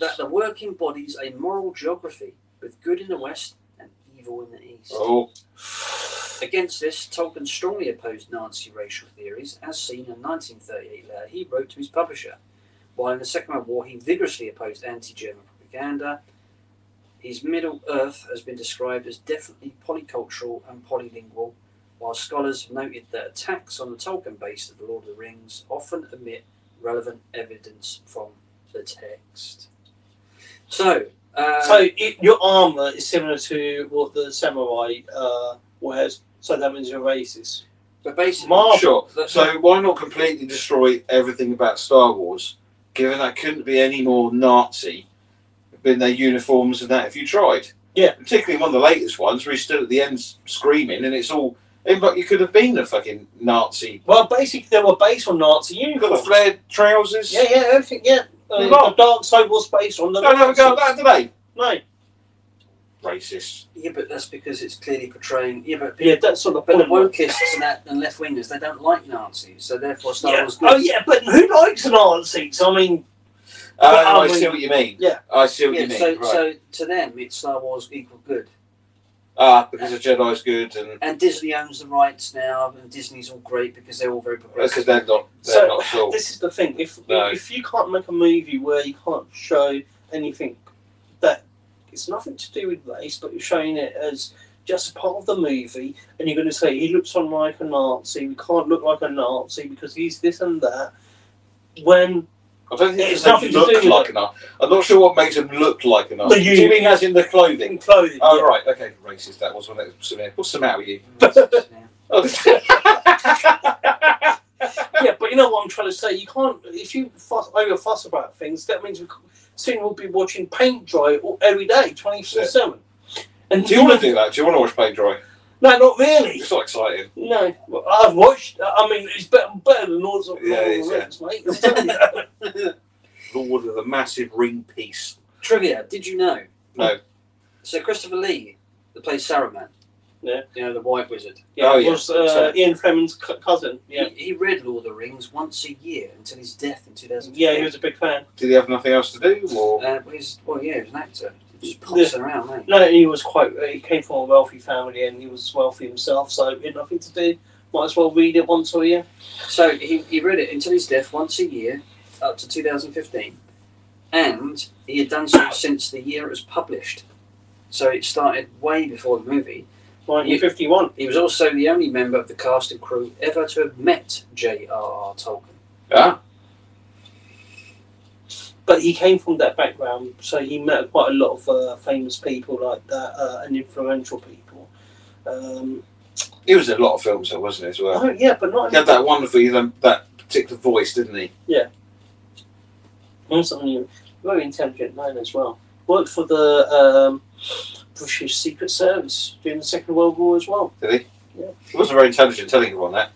[SPEAKER 1] that the working body's a moral geography with good in the West and evil in the East.
[SPEAKER 2] Oh,
[SPEAKER 1] Against this, Tolkien strongly opposed Nazi racial theories, as seen in a 1938 letter he wrote to his publisher. While in the Second World War, he vigorously opposed anti German propaganda. His Middle Earth has been described as definitely polycultural and polylingual, while scholars have noted that attacks on the Tolkien base of The Lord of the Rings often omit relevant evidence from the text. So, uh,
[SPEAKER 3] so it, your armor is similar to what the samurai uh, wears. So that means you're racist.
[SPEAKER 1] but basically,
[SPEAKER 3] Marvel.
[SPEAKER 2] sure.
[SPEAKER 1] That-
[SPEAKER 2] Oh. So why not completely destroy everything about Star Wars, given that couldn't be any more Nazi than their uniforms and that if you tried?
[SPEAKER 3] Yeah.
[SPEAKER 2] Particularly one of the latest ones where he stood at the end s- screaming and it's all. eh, But you could have been a fucking Nazi.
[SPEAKER 3] Well, basically they were based on Nazi
[SPEAKER 2] You've got the
[SPEAKER 3] uniforms.
[SPEAKER 2] flared trousers.
[SPEAKER 3] Yeah, yeah, everything. Yeah, uh,
[SPEAKER 2] Yeah.
[SPEAKER 3] the dark side was based on the.
[SPEAKER 2] Don't have a go at that, do they?
[SPEAKER 3] No.
[SPEAKER 2] Racist.
[SPEAKER 1] yeah, but that's because it's clearly portraying. Yeah, but
[SPEAKER 3] Yeah, that's sort of
[SPEAKER 1] But the
[SPEAKER 3] point.
[SPEAKER 1] wokists and, that, and left wingers, they don't like Nazis, so therefore Star
[SPEAKER 3] yeah.
[SPEAKER 1] Wars good.
[SPEAKER 3] Oh yeah, but who likes Nazis? I mean, But
[SPEAKER 2] Oh,
[SPEAKER 3] are
[SPEAKER 2] I see
[SPEAKER 3] we-
[SPEAKER 2] what you mean.
[SPEAKER 3] Yeah.
[SPEAKER 2] I see what
[SPEAKER 1] Yeah,
[SPEAKER 2] you mean.
[SPEAKER 1] so,
[SPEAKER 2] right.
[SPEAKER 1] so to them, it's Star Wars equal good.
[SPEAKER 2] ah, because the Jedi's good and
[SPEAKER 1] And Disney owns the rights now, and Disney's all great because they're all very
[SPEAKER 2] because
[SPEAKER 1] progressive.
[SPEAKER 2] they're not. They're
[SPEAKER 3] So,
[SPEAKER 2] not sure.
[SPEAKER 3] this is the thing. If
[SPEAKER 2] Oh. No.
[SPEAKER 3] if you can't make a movie where you can't show anything that it's nothing to do with race, but you're showing it as just a part of the movie, and you're going to say he looks on like a Nazi, we can't look like a Nazi because he's this and that. When
[SPEAKER 2] I don't think
[SPEAKER 3] It's
[SPEAKER 2] they
[SPEAKER 3] nothing to
[SPEAKER 2] look
[SPEAKER 3] do with
[SPEAKER 2] like an art. I'm not sure what makes them look like an art.
[SPEAKER 3] The
[SPEAKER 2] Do you mean as in the
[SPEAKER 3] in
[SPEAKER 2] clothing?
[SPEAKER 3] clothing,
[SPEAKER 2] Oh
[SPEAKER 3] yeah.
[SPEAKER 2] right, okay, racist. That was when it was severe. What's the matter with you?
[SPEAKER 1] Yeah.
[SPEAKER 2] Oh,
[SPEAKER 3] yeah, but you know what I'm trying to say. You can't if you fuss, over fuss about things. That means we c- soon we'll be watching paint dry all, every day, twenty four seven. And
[SPEAKER 2] do you want to do that? Do you want to watch paint dry?
[SPEAKER 3] No, not really.
[SPEAKER 2] It's not exciting.
[SPEAKER 3] No, Well, I've watched. I mean, it's better, better than Lords of
[SPEAKER 2] Yeah,
[SPEAKER 3] Lord
[SPEAKER 2] it
[SPEAKER 3] of
[SPEAKER 2] is,
[SPEAKER 3] the Rings, mate. I'm telling you.
[SPEAKER 2] Lord of the massive ring piece.
[SPEAKER 1] Trivia: Did you know?
[SPEAKER 2] No.
[SPEAKER 1] So Christopher Lee, that plays Saruman.
[SPEAKER 3] Yeah.
[SPEAKER 1] You know the White Wizard.
[SPEAKER 3] yeah,
[SPEAKER 2] Oh,
[SPEAKER 3] it
[SPEAKER 2] yeah.
[SPEAKER 3] was uh, Ian Fleming's c- cousin. Yeah,
[SPEAKER 1] He, he read Lord of the Rings once a year until his death in 2000.
[SPEAKER 3] yeah, he was a big fan.
[SPEAKER 2] Did he have nothing else to do? Or
[SPEAKER 1] Uh, but he's, well, yeah, he was an actor. He just pops around, eh?
[SPEAKER 3] No, he was quite. He came from a wealthy family, and he was wealthy himself. So he had nothing to do. Might as well read it once a year.
[SPEAKER 1] So he, he read it until his death once a year up to 2015, and he had done so since the year it was published. So it started way before the movie.
[SPEAKER 3] 1951.
[SPEAKER 1] He was also the only member of the cast and crew ever to have met J.R.R. Tolkien.
[SPEAKER 2] ah,
[SPEAKER 3] but he came from that background, so he met quite a lot of uh, famous people like that uh, and influential people. Um,
[SPEAKER 2] He was in a lot of films, though, wasn't he? As well,
[SPEAKER 3] Oh, yeah, but not
[SPEAKER 2] he had that wonderful that, that particular voice, didn't he?
[SPEAKER 3] Also, I mean, very intelligent man as well. Worked for the um, British Secret Service during the Second World War as well.
[SPEAKER 2] Did he?
[SPEAKER 3] Yeah.
[SPEAKER 2] He wasn't very intelligent telling him on that.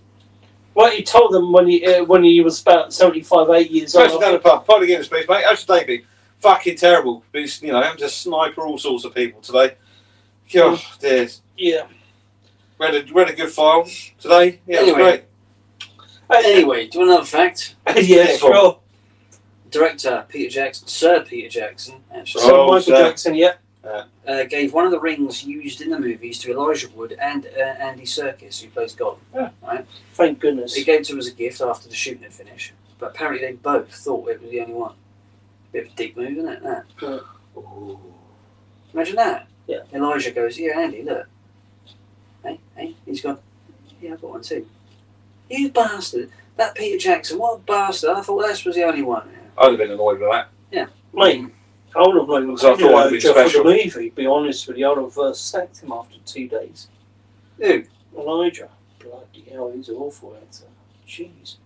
[SPEAKER 3] Well, he told them when he uh, when he was about seventy five, eight years
[SPEAKER 2] So down the
[SPEAKER 3] old.
[SPEAKER 2] pub, party game space, mate. How's your day been? Fucking terrible. Because, you know, I'm just sniper all sorts of people today. God, dear.
[SPEAKER 3] Yeah.
[SPEAKER 2] Read a, read a good file today. Yeah, it was
[SPEAKER 1] Anyway.
[SPEAKER 2] great.
[SPEAKER 1] Anyway, do you want another fact?
[SPEAKER 3] yeah,
[SPEAKER 2] Yes,
[SPEAKER 3] sure.
[SPEAKER 1] Director Peter Jackson, Sir Peter Jackson, actually,
[SPEAKER 3] So
[SPEAKER 2] Oh,
[SPEAKER 3] Michael
[SPEAKER 2] sir.
[SPEAKER 3] Jackson, yeah.
[SPEAKER 1] uh, gave one of the rings used in the movies to Elijah Wood and uh, Andy Serkis, who plays God.
[SPEAKER 3] Thank goodness.
[SPEAKER 1] He gave it to him as a gift after the shooting had finished, but apparently they both thought it was the only one. Bit of a dick move, isn't it? That. Imagine that.
[SPEAKER 3] Yeah.
[SPEAKER 1] Elijah goes, "Yeah, Andy, look, hey, hey." He's gone. Yeah, I've got one too. You bastard! That Peter Jackson, what a bastard! I thought this was the only one.
[SPEAKER 2] I'd have been annoyed with that.
[SPEAKER 3] Mate, I would have known
[SPEAKER 2] Because I thought I'd been special.
[SPEAKER 3] for the movie. Be honest with you, I'd have uh, sacked him after two days.
[SPEAKER 1] Who?
[SPEAKER 3] Elijah. Bloody hell, he's an awful actor. Jeez.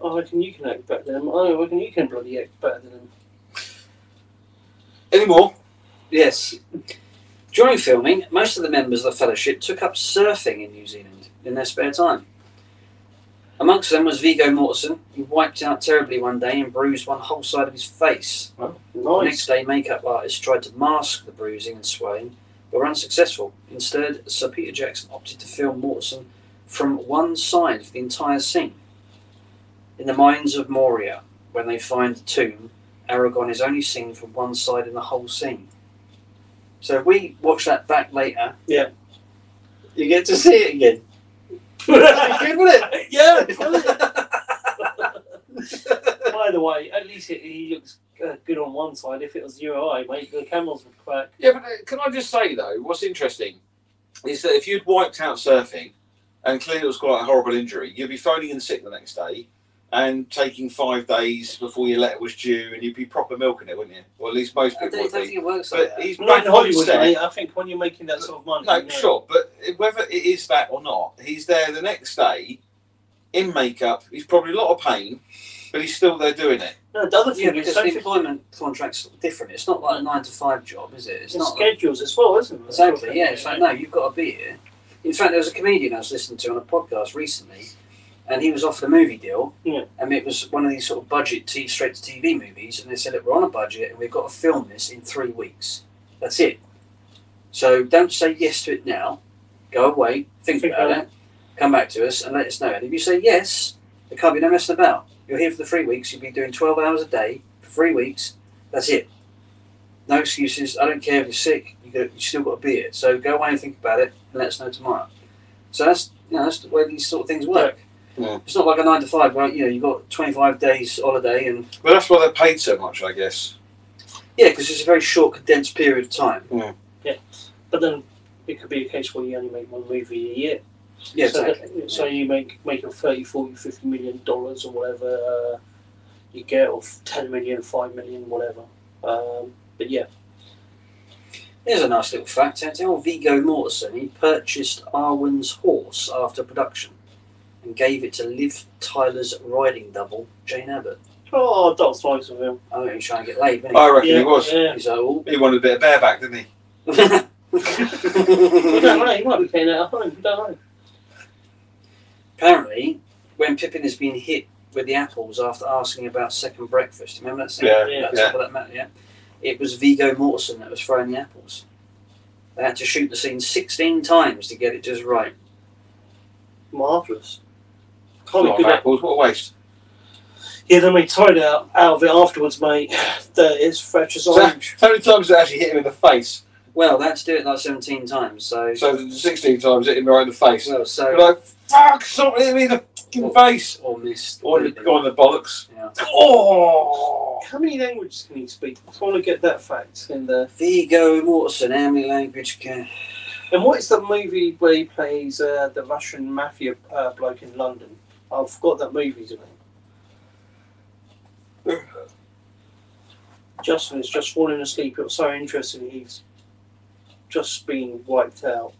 [SPEAKER 3] Oh, I reckon you can act better than him. Oh, I reckon you can bloody act better than him.
[SPEAKER 2] Any more?
[SPEAKER 1] Yes. During filming, most of the members of the fellowship took up surfing in New Zealand in their spare time. Amongst them was Vigo Mortensen, who wiped out terribly one day and bruised one whole side of his face. The next
[SPEAKER 3] Nice.
[SPEAKER 1] day, makeup artists tried to mask the bruising and swelling, but were unsuccessful. Instead, Sir Peter Jackson opted to film Mortensen from one side of the entire scene. In the mines of Moria, when they find the tomb, Aragon is only seen from one side in the whole scene. So if we watch that back later,
[SPEAKER 3] Yeah.
[SPEAKER 1] you get to see it again.
[SPEAKER 3] yeah,
[SPEAKER 1] wouldn't
[SPEAKER 3] brilliant. By the way, at least it, he looks uh, good on one side. If it was your eye, mate, the camels would crack.
[SPEAKER 2] Yeah, but uh, can I just say though, what's interesting is that if you'd wiped out surfing, and clearly it was quite a horrible injury, you'd be phoning in sick the next day, and taking five days before your letter was due, and you'd be proper milking it, wouldn't you? Or at least most
[SPEAKER 1] I don't,
[SPEAKER 2] people would
[SPEAKER 1] don't
[SPEAKER 2] be.
[SPEAKER 1] think it works like
[SPEAKER 2] But
[SPEAKER 1] that.
[SPEAKER 2] he's
[SPEAKER 3] Not
[SPEAKER 2] back
[SPEAKER 3] in Hollywood,
[SPEAKER 2] on set.
[SPEAKER 3] mate. I think when you're making that sort of money.
[SPEAKER 2] No,
[SPEAKER 3] you know.
[SPEAKER 2] sure, but whether it is that or not, he's there the next day in makeup. He's probably a lot of pain, but he's still there doing it.
[SPEAKER 3] No, the other
[SPEAKER 1] Yeah,
[SPEAKER 3] thing is,
[SPEAKER 1] because
[SPEAKER 3] don't
[SPEAKER 1] the
[SPEAKER 3] forget
[SPEAKER 1] employment contract's different. It's not like a nine to five job, is it? It's
[SPEAKER 3] the
[SPEAKER 1] not like-
[SPEAKER 3] schedules as well, isn't it?
[SPEAKER 1] Exactly, yeah. It's like, no, you've got to be here. In fact, there was a comedian I was listening to on a podcast recently, and he was offered a movie deal.
[SPEAKER 3] Yeah.
[SPEAKER 1] And it was one of these sort of budget t- straight to TV movies, and they said, Look, we're on a budget, and we've got to film this in three weeks. That's it. So don't say yes to it now. Go away, think,
[SPEAKER 3] Think
[SPEAKER 1] about
[SPEAKER 3] about
[SPEAKER 1] it, come back to us, and let us know. And if you say yes, there can't be no messing about. You're here for the three weeks, you'll be doing 12 hours a day for three weeks. That's it. No excuses. I don't care if you're sick. You go, you still got to be it. So go away and think about it, and let us know tomorrow. So that's you know, that's the way these sort of things work.
[SPEAKER 2] Yeah.
[SPEAKER 1] It's not like a nine to five where you know you've got twenty five days holiday and
[SPEAKER 2] But that's why they're paid so much, I guess.
[SPEAKER 1] yeah, because it's a very short condensed period of time.
[SPEAKER 3] But then it could be a case where you only make one movie a year.
[SPEAKER 1] Yeah,
[SPEAKER 3] so, that-
[SPEAKER 1] exactly.
[SPEAKER 3] so you make make a 30, 40, 50 million dollars or whatever uh, you get, or 10 million, 5 million, whatever. Um, but yeah,
[SPEAKER 1] Here's a nice little fact. Tell Vigo Mortensen he purchased Arwen's horse after production and gave it to Liv Tyler's riding double, Jane Abbott.
[SPEAKER 3] oh, that was nice of him.
[SPEAKER 1] I think he's trying to get laid, wasn't
[SPEAKER 2] I reckon
[SPEAKER 3] yeah,
[SPEAKER 2] he was.
[SPEAKER 3] Yeah.
[SPEAKER 1] he? He's like, oh.
[SPEAKER 2] He wanted a bit of bareback, didn't he?
[SPEAKER 3] We don't know, he might be paying out at home, we don't know.
[SPEAKER 1] Apparently, when Pippin has been hit with the apples after asking about second breakfast, remember that scene?
[SPEAKER 2] Yeah,
[SPEAKER 1] That's
[SPEAKER 2] yeah.
[SPEAKER 1] what that meant, yeah. It was Vigo Mortensen that was throwing the apples. They had to shoot the scene 16 times to get it just right.
[SPEAKER 3] Marvellous.
[SPEAKER 2] A
[SPEAKER 3] Can't be
[SPEAKER 2] lot of
[SPEAKER 3] good at
[SPEAKER 2] apples. What a waste.
[SPEAKER 3] Yeah, then we tied out, out of it afterwards, mate. That is fresh as
[SPEAKER 2] So,
[SPEAKER 3] orange.
[SPEAKER 2] how many times did it actually hit him in the face?
[SPEAKER 1] Well, they had to do it like 17 times, so.
[SPEAKER 2] So the 16 times it hit him right in the face.
[SPEAKER 1] well,
[SPEAKER 2] You're
[SPEAKER 1] so.
[SPEAKER 2] like, fuck, something hit me in the fucking face.
[SPEAKER 1] Or missed.
[SPEAKER 2] Or the, or the bollocks.
[SPEAKER 1] Yeah.
[SPEAKER 2] Oh!
[SPEAKER 3] How many languages can he speak? I want to get that fact in there.
[SPEAKER 1] Vigo Mortensen, how many language can.
[SPEAKER 3] And what is the movie where he plays uh, the Russian mafia uh, bloke in London? I forgot that movie's name. Justin is just falling asleep. It was so interesting. He's just been wiped out.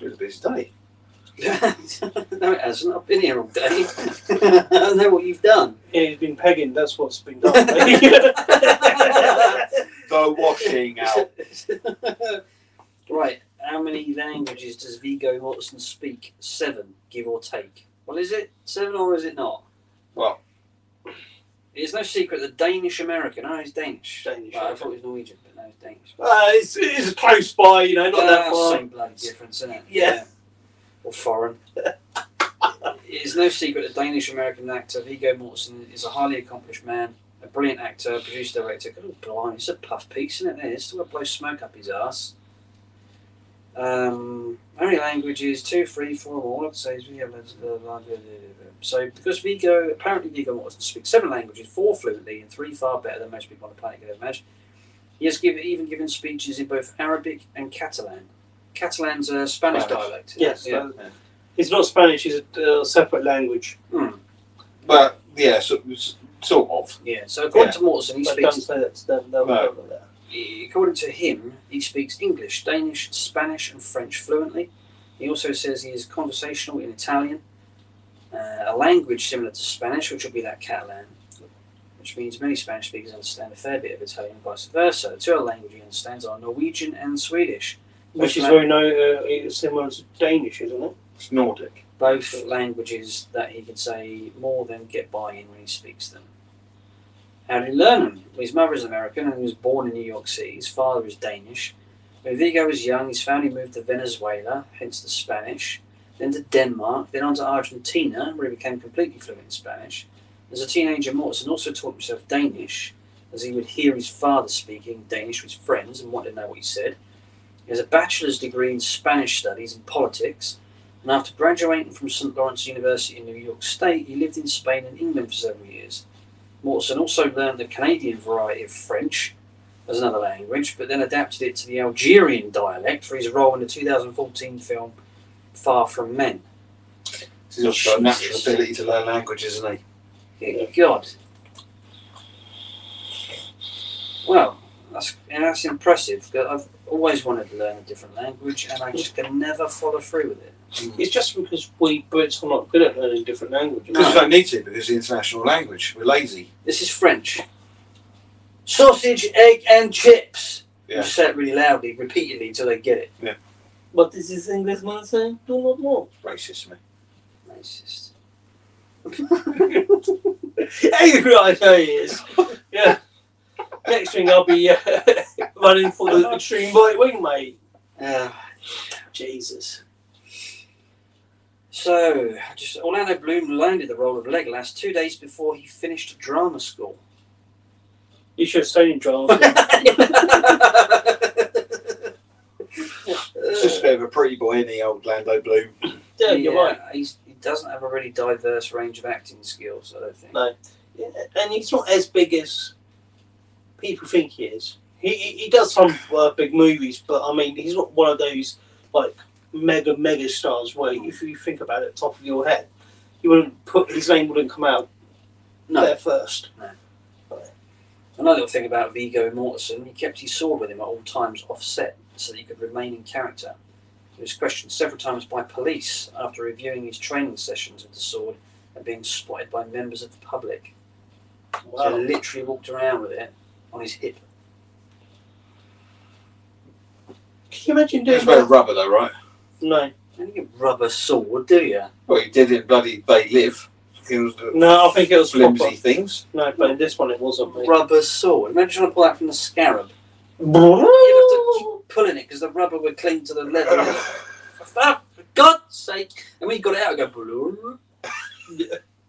[SPEAKER 2] It was a busy day.
[SPEAKER 1] no, it hasn't. I've been here all day. I don't know what you've done.
[SPEAKER 3] Yeah, he's been pegging. That's what's been done. mate.
[SPEAKER 2] The washing out.
[SPEAKER 1] right. How many languages does Vigo Mortensen speak? Seven, give or take. Well, is it seven or is it not?
[SPEAKER 2] Well.
[SPEAKER 1] it's no secret that Danish American. Oh, he's Danish.
[SPEAKER 3] Danish,
[SPEAKER 1] Well, I
[SPEAKER 3] okay.
[SPEAKER 1] thought he was Norwegian, but no, he's Danish.
[SPEAKER 3] Uh, it's, it's close by, you know, not that
[SPEAKER 1] Ah,
[SPEAKER 3] far.
[SPEAKER 1] Same bloody difference, isn't it?
[SPEAKER 3] Yeah.
[SPEAKER 1] Or foreign. it's no secret that Danish American actor Vigo Mortensen is a highly accomplished man, a brilliant actor, producer, director. Oh, blimey, it's a puff piece, isn't it? It's still going to blow smoke up his ass. Um, how many languages? Two, three, four, more. I'd say we have loads of- blah, blah, blah, blah, blah. uh, So, because Vigo, apparently Vigo Mortensen speaks seven languages, four fluently, and three far better than most people on the planet could ever imagine, he has given, even given speeches in both Arabic and Catalan. Catalan's a Spanish
[SPEAKER 2] Spanish.
[SPEAKER 1] dialect.
[SPEAKER 3] Yes,
[SPEAKER 1] Yeah.
[SPEAKER 3] uh, it's not Spanish. It's a uh, separate language.
[SPEAKER 1] Hmm.
[SPEAKER 2] But yeah, so, s- sort of.
[SPEAKER 1] Yeah, so according to
[SPEAKER 2] Yeah.
[SPEAKER 1] Mortensen, he
[SPEAKER 3] But don't
[SPEAKER 1] speaks.
[SPEAKER 3] say that to them. They'll
[SPEAKER 2] No.
[SPEAKER 3] go there.
[SPEAKER 1] According to him, he speaks English, Danish, Spanish, and French fluently. He also says he is conversational in Italian, uh, a language similar to Spanish, which would be that Catalan, which means many Spanish speakers understand a fair bit of Italian, and vice versa. The two other languages he understands are Norwegian and Swedish.
[SPEAKER 3] Which is
[SPEAKER 1] Both
[SPEAKER 3] very no uh, it's similar to Danish, isn't it?
[SPEAKER 2] It's Nordic.
[SPEAKER 1] both languages that he can say more than get by in when he speaks them. How did he learn them? Well, his mother is American and he was born in New York City. His father is Danish. When Vigo was young, his family moved to Venezuela, hence the Spanish, then to Denmark, then on to Argentina, where he became completely fluent in Spanish. As a teenager, Mortensen also taught himself Danish, as he would hear his father speaking Danish with his friends and wanted to know what he said. He has a bachelor's degree in Spanish studies and politics, and after graduating from St. Lawrence University in New York State, he lived in Spain and England for several years. Mortensen also learned the Canadian variety of French as another language, but then adapted it to the Algerian dialect for his role in the 2014 film Far From Men.
[SPEAKER 2] He's also got a natural
[SPEAKER 1] Jesus.
[SPEAKER 2] ability to learn languages, isn't he?
[SPEAKER 1] Good God. Well, that's, and that's impressive. 'cause I've always wanted to learn a different language, and I just can never follow through with it.
[SPEAKER 3] It's just because we Brits are not good at learning different languages.
[SPEAKER 2] Because
[SPEAKER 1] No.
[SPEAKER 2] we don't need to, because it's the international language. We're lazy.
[SPEAKER 1] This is French. Sausage, egg, and chips.
[SPEAKER 2] Yeah.
[SPEAKER 1] You say it really loudly, repeatedly, until they get it.
[SPEAKER 3] But this is Englishman saying, do not know.
[SPEAKER 2] Racist, man.
[SPEAKER 1] Racist.
[SPEAKER 3] Angry, I say is. Yeah. Next thing I'll be uh, running for the extreme right wing, mate.
[SPEAKER 1] Uh,
[SPEAKER 3] Jesus.
[SPEAKER 1] so, just Orlando Bloom landed the role of Legolas two days before he finished drama school.
[SPEAKER 3] You should have stayed in drama.
[SPEAKER 2] It's just a bit of a pretty boy in the old Lando Bloom.
[SPEAKER 3] yeah, you're right.
[SPEAKER 1] He's, he doesn't have a really diverse range of acting skills, I don't think.
[SPEAKER 3] No. and he's not as big as people think he is. He he, he does some uh, big movies, but I mean, he's not one of those like mega mega stars where if you think about it, top of your head, you wouldn't put his name wouldn't come out
[SPEAKER 1] No.
[SPEAKER 3] there first.
[SPEAKER 1] Another little thing about Vigo Mortensen, he kept his sword with him at all times offset so that he could remain in character. He was questioned several times by police after reviewing his training sessions with the sword and being spotted by members of the public. So he literally walked around with it on his hip.
[SPEAKER 3] Can you imagine doing
[SPEAKER 2] It's made of
[SPEAKER 3] that?
[SPEAKER 2] rubber, though, right?
[SPEAKER 3] No,
[SPEAKER 1] And you get rubber sword, do you?
[SPEAKER 2] Well, he did it bloody They Live. It was the
[SPEAKER 3] no, I think it was
[SPEAKER 2] flimsy
[SPEAKER 3] proper.
[SPEAKER 2] things.
[SPEAKER 3] No, but in this one it wasn't. mate.
[SPEAKER 1] Rubber sword. Imagine trying to pull that from the scarab. Pulling it because the rubber would cling to the leather. Ah, For God's sake! And when you got it out, it go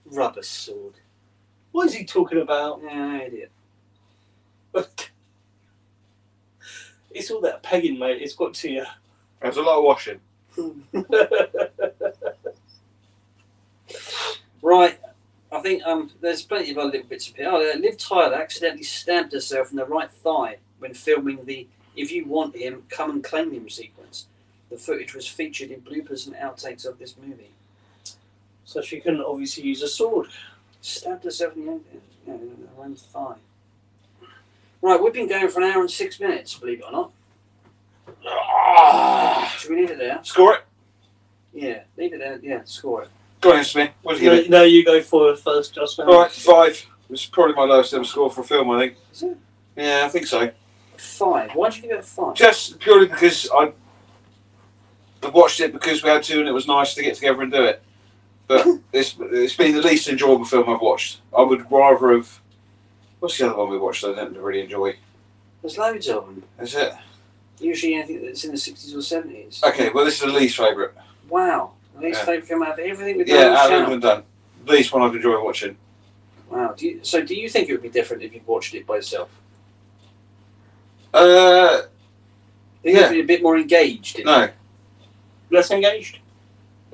[SPEAKER 1] rubber sword.
[SPEAKER 3] What is he talking about?
[SPEAKER 1] Yeah, idiot.
[SPEAKER 3] It's all that pegging, mate. It's got to you.
[SPEAKER 2] There's a lot of washing.
[SPEAKER 1] Right. I think um, there's plenty of other little bits of here. Oh, uh, Liv Tyler accidentally stabbed herself in the right thigh when filming the "If You Want Him, Come and Claim Him" sequence. The footage was featured in bloopers and outtakes of this movie.
[SPEAKER 3] so she couldn't obviously use a sword.
[SPEAKER 1] Stabbed herself in the, yeah, in the right thigh. Right, we've been going for an hour and six minutes, believe it or not. Should we leave it there?
[SPEAKER 2] Score it.
[SPEAKER 1] Yeah, leave it there. Yeah, score it.
[SPEAKER 2] Go on, Smith. What do you
[SPEAKER 3] No,
[SPEAKER 2] give it?
[SPEAKER 3] no, you go forward first, just now.
[SPEAKER 2] All right, five. It's probably my lowest ever score for a film, I think.
[SPEAKER 1] Is it?
[SPEAKER 2] Yeah, I think so.
[SPEAKER 1] Five. Why do you give it a five?
[SPEAKER 2] Just purely because I I watched it because we had to, and it was nice to get together and do it. But it's it's been the least enjoyable film I've watched. I would rather have. What's the other one we watched? that I didn't really enjoy.
[SPEAKER 1] There's loads of them.
[SPEAKER 2] Is it
[SPEAKER 1] Usually anything that's in the 60s or 70s.
[SPEAKER 2] okay? Well, this is the least favourite.
[SPEAKER 1] Wow. The least
[SPEAKER 2] Yeah.
[SPEAKER 1] favourite film out of everything we've
[SPEAKER 2] Yeah,
[SPEAKER 1] done. on
[SPEAKER 2] out
[SPEAKER 1] the
[SPEAKER 2] of
[SPEAKER 1] show.
[SPEAKER 2] England done. Least one I've enjoyed watching.
[SPEAKER 1] Wow. Do you, so do you think it would be different if you'd watched it by yourself?
[SPEAKER 2] Uh,
[SPEAKER 1] Do you think
[SPEAKER 2] Yeah.
[SPEAKER 1] you'd be a bit more engaged in
[SPEAKER 2] no,
[SPEAKER 3] Less engaged?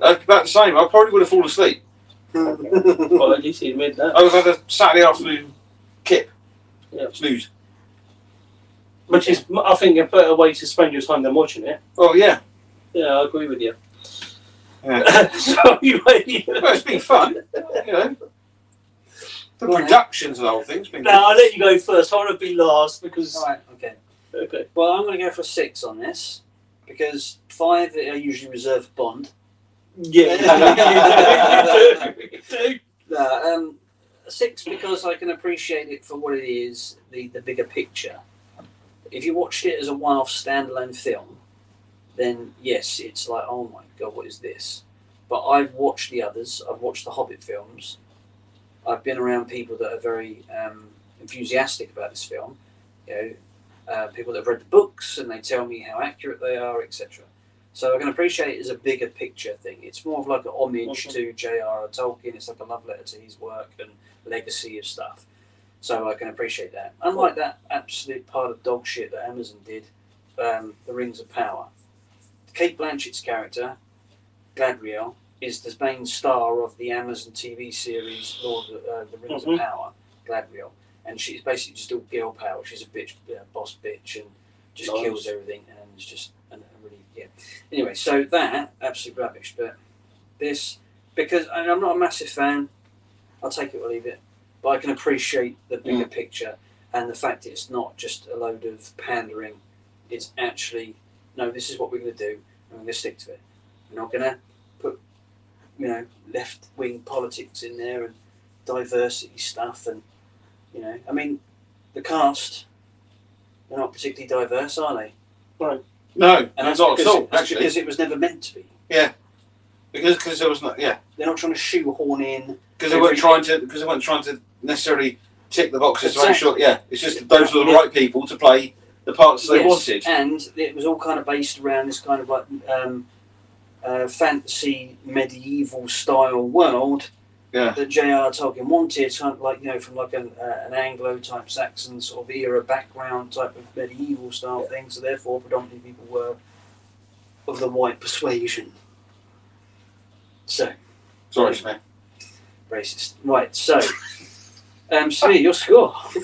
[SPEAKER 2] Uh, about the same. I probably would have fallen asleep.
[SPEAKER 1] it?
[SPEAKER 3] Well, at least he admitted that.
[SPEAKER 2] I would have had a Saturday afternoon kip.
[SPEAKER 3] Yeah.
[SPEAKER 2] Snooze.
[SPEAKER 3] Which is, I think, a better way to spend your time than watching it.
[SPEAKER 2] Oh yeah.
[SPEAKER 3] Yeah, I agree with you.
[SPEAKER 2] yeah.
[SPEAKER 3] so you made
[SPEAKER 2] well, it's been fun. You know, the
[SPEAKER 1] Right.
[SPEAKER 2] productions and the whole thing's been.
[SPEAKER 3] No, I'll let you go first. I want to be last because.
[SPEAKER 1] All right, okay.
[SPEAKER 3] Okay.
[SPEAKER 1] Well, I'm going to go for a six on this because five are usually reserved for Bond.
[SPEAKER 3] Yeah.
[SPEAKER 1] No, um, six because I can appreciate it for what it is, the, the bigger picture. If you watched it as a one off standalone film, then yes, it's like, oh my god, what is this? But I've watched the others, I've watched the Hobbit films, I've been around people that are very um, enthusiastic about this film, you know, uh, people that have read the books and they tell me how accurate they are, etc. So I can appreciate it as a bigger picture thing. It's more of like a homage
[SPEAKER 3] Mhm.
[SPEAKER 1] to J.R.R. Tolkien. It's like a love letter to his work and legacy of stuff. So I can appreciate that. Unlike that absolute pile of dog shit that Amazon did, um, The Rings of Power. Kate Blanchett's character, Gladriel, is the main star of the Amazon TV series Lord of, uh, The Rings
[SPEAKER 3] Mhm.
[SPEAKER 1] of Power, Gladriel. And she's basically just all girl power. She's a bitch, uh, boss bitch, and just
[SPEAKER 3] Nice.
[SPEAKER 1] kills everything and is just and and really yeah. Anyway, so that absolute rubbish, but this because and I'm not a massive fan. I'll take it or leave it, but I can appreciate the bigger picture and the fact that it's not just a load of pandering. It's actually no, this is what we're going to do, and we're going to stick to it. We're not going to put you know left wing politics in there and diversity stuff and you know I mean the cast they're not particularly diverse, are they?
[SPEAKER 2] No,
[SPEAKER 1] And
[SPEAKER 2] not
[SPEAKER 1] that's
[SPEAKER 2] at all.
[SPEAKER 1] because, that's
[SPEAKER 2] actually,
[SPEAKER 1] because it was never meant to be.
[SPEAKER 2] because because there was not. Yeah,
[SPEAKER 1] They're not trying to shoehorn in.
[SPEAKER 2] because they weren't trying to because they weren't trying to necessarily tick the boxes to make
[SPEAKER 1] Exactly.
[SPEAKER 2] sure. Yeah, it's just that those were the right people to play the parts they
[SPEAKER 1] Yes,
[SPEAKER 2] wanted.
[SPEAKER 1] And it was all kind of based around this kind of like um, uh, fantasy medieval style world
[SPEAKER 2] Yeah.
[SPEAKER 1] that J.R. Tolkien wanted, kind of like you know from like an, uh, an Anglo type Saxon sort of era background type of medieval style thing. So therefore, predominantly people were of the white persuasion. So
[SPEAKER 2] Sorry, Smith.
[SPEAKER 1] racist, right? So, um, Smee, your score.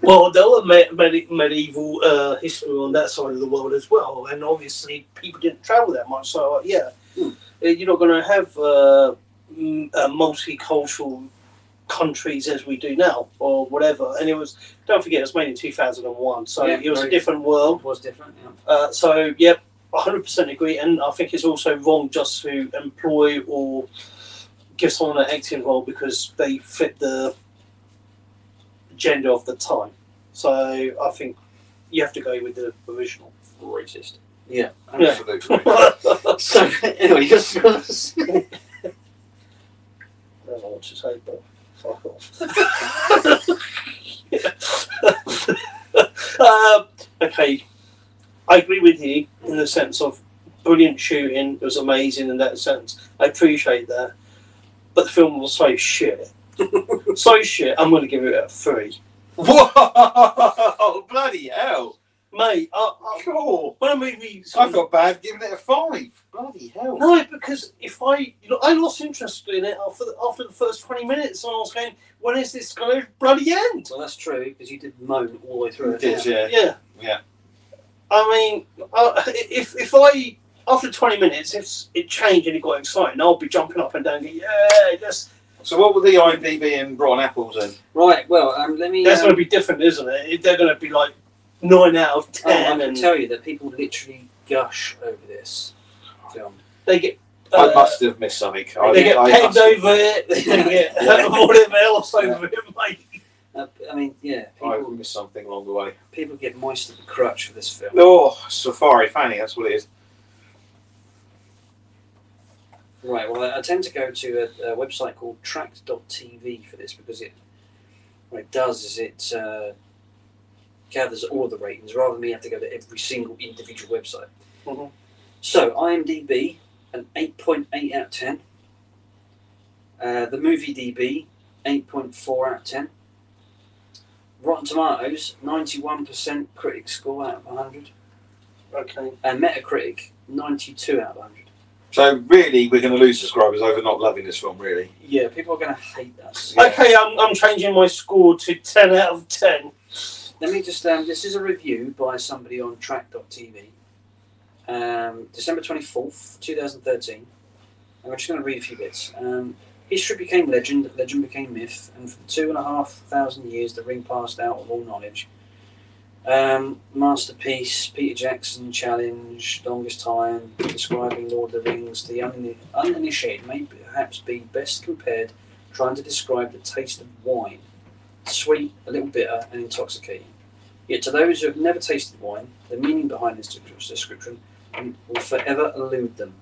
[SPEAKER 3] Well, there were me- medi- medieval uh, history on that side of the world as well, and obviously people didn't travel that much. So uh, yeah,
[SPEAKER 1] Hmm.
[SPEAKER 3] Uh, you're not going to have uh, m- uh, multicultural countries as we do now, or whatever. And it was don't forget it was made in 2001, so
[SPEAKER 1] Yeah,
[SPEAKER 3] it was a
[SPEAKER 1] very-
[SPEAKER 3] different world.
[SPEAKER 1] It was different. Yeah.
[SPEAKER 3] Uh, so, yep, 100% agree. And I think it's also wrong just to employ or give someone an acting role because they fit the gender of the time. So, I think you have to go with the original.
[SPEAKER 1] Racist. Yeah.
[SPEAKER 2] Absolutely.
[SPEAKER 3] I don't
[SPEAKER 1] So anyway, your scores.
[SPEAKER 3] know what to say, but fuck off. um, okay, I agree with you in the sense of brilliant shooting. It was amazing in that sense. I appreciate that, but the film was so shit, so shit. I'm going to give it a three,
[SPEAKER 2] Whoa! Bloody hell!
[SPEAKER 3] mate. I,
[SPEAKER 2] Oh.
[SPEAKER 3] I,
[SPEAKER 2] Cool.
[SPEAKER 3] when a movie,
[SPEAKER 2] I felt bad giving it a five. Bloody hell!
[SPEAKER 3] no, because if I, you know, I lost interest in it after the, after the first twenty minutes, and I was going, when is this going to bloody end?
[SPEAKER 1] well, that's true because you did moan all the way through.
[SPEAKER 2] It is, yeah.
[SPEAKER 3] Yeah.
[SPEAKER 2] Yeah.
[SPEAKER 3] I mean, uh, if if I after twenty minutes, if it changed and it got exciting, I'll be jumping up and down. Going, yeah, that's
[SPEAKER 2] So what were the IMDb and Rotten Apples then?
[SPEAKER 1] Right. Well, um, let me.
[SPEAKER 3] that's
[SPEAKER 1] um,
[SPEAKER 3] going to be different, isn't it? If They're going to be like nine out of
[SPEAKER 1] oh, I
[SPEAKER 3] ten,
[SPEAKER 1] can
[SPEAKER 3] and
[SPEAKER 1] tell you that people literally gush over this film.
[SPEAKER 3] They get.
[SPEAKER 2] I
[SPEAKER 3] uh,
[SPEAKER 2] must have missed something. I,
[SPEAKER 3] they get
[SPEAKER 2] I
[SPEAKER 3] pegged
[SPEAKER 2] must have-
[SPEAKER 3] over it. They get
[SPEAKER 2] Yeah.
[SPEAKER 3] whatever else over it, mate.
[SPEAKER 1] Uh, I mean, yeah,
[SPEAKER 2] I've
[SPEAKER 1] people,
[SPEAKER 2] missed something along the way.
[SPEAKER 1] people get moist at the crutch for this film.
[SPEAKER 2] Oh, Safari Fanny, that's what it is.
[SPEAKER 1] Right, well, I tend to go to a, a website called tracked.tv for this because it what it does is it uh, gathers all of the ratings rather than me have to go to every single individual website. Mm-hmm.
[SPEAKER 3] Mhm.
[SPEAKER 1] So, IMDb, an 8.8 out of 10. Uh, the movie DB, 8.4 out of 10. Rotten Tomatoes, 91% critic score out of 100.
[SPEAKER 3] Okay.
[SPEAKER 1] And Metacritic, 92 out of 100.
[SPEAKER 2] So, really, we're going to lose subscribers over not loving this film, really.
[SPEAKER 1] Yeah, people are going to hate us.
[SPEAKER 2] Yeah.
[SPEAKER 3] Okay, I'm, I'm changing my score to 10 out of 10.
[SPEAKER 1] Let me just. Um, this is a review by somebody on track.tv. Um, December 24th, 2013. And I'm just going to read a few bits. Um, History became legend, legend became myth, and for two and a half thousand years the ring passed out of all knowledge. Um, masterpiece, Peter Jackson challenge, longest time, describing Lord of the Rings to the unin- uninitiated may perhaps be best compared trying to describe the taste of wine sweet, a little bitter, and intoxicating. Yet to those who have never tasted wine, the meaning behind this description will forever elude them.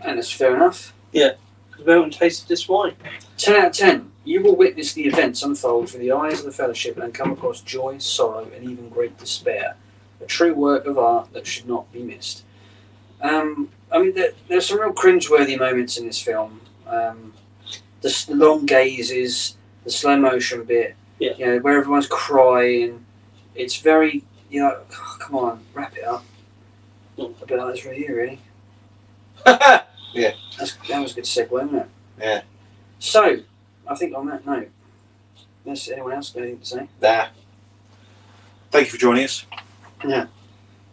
[SPEAKER 1] And that's fair enough.
[SPEAKER 3] Because we haven't tasted this wine.
[SPEAKER 1] 10 out of 10. You will witness the events unfold through the eyes of the Fellowship and come across joy, sorrow, and even great despair. A true work of art that should not be missed. Um, I mean, there, there's some real cringeworthy moments in this film. Um, the s- the long gazes, the slow motion bit,
[SPEAKER 3] Yeah.
[SPEAKER 1] you know, where everyone's crying. It's very, you know, oh, come on, wrap it up.
[SPEAKER 3] Mm.
[SPEAKER 1] A bit like this right here, really. That's, that was a good segue, wasn't it?
[SPEAKER 2] Yeah.
[SPEAKER 1] So, I think on that note, unless anyone else got anything to say,
[SPEAKER 2] Nah. Thank you for joining us.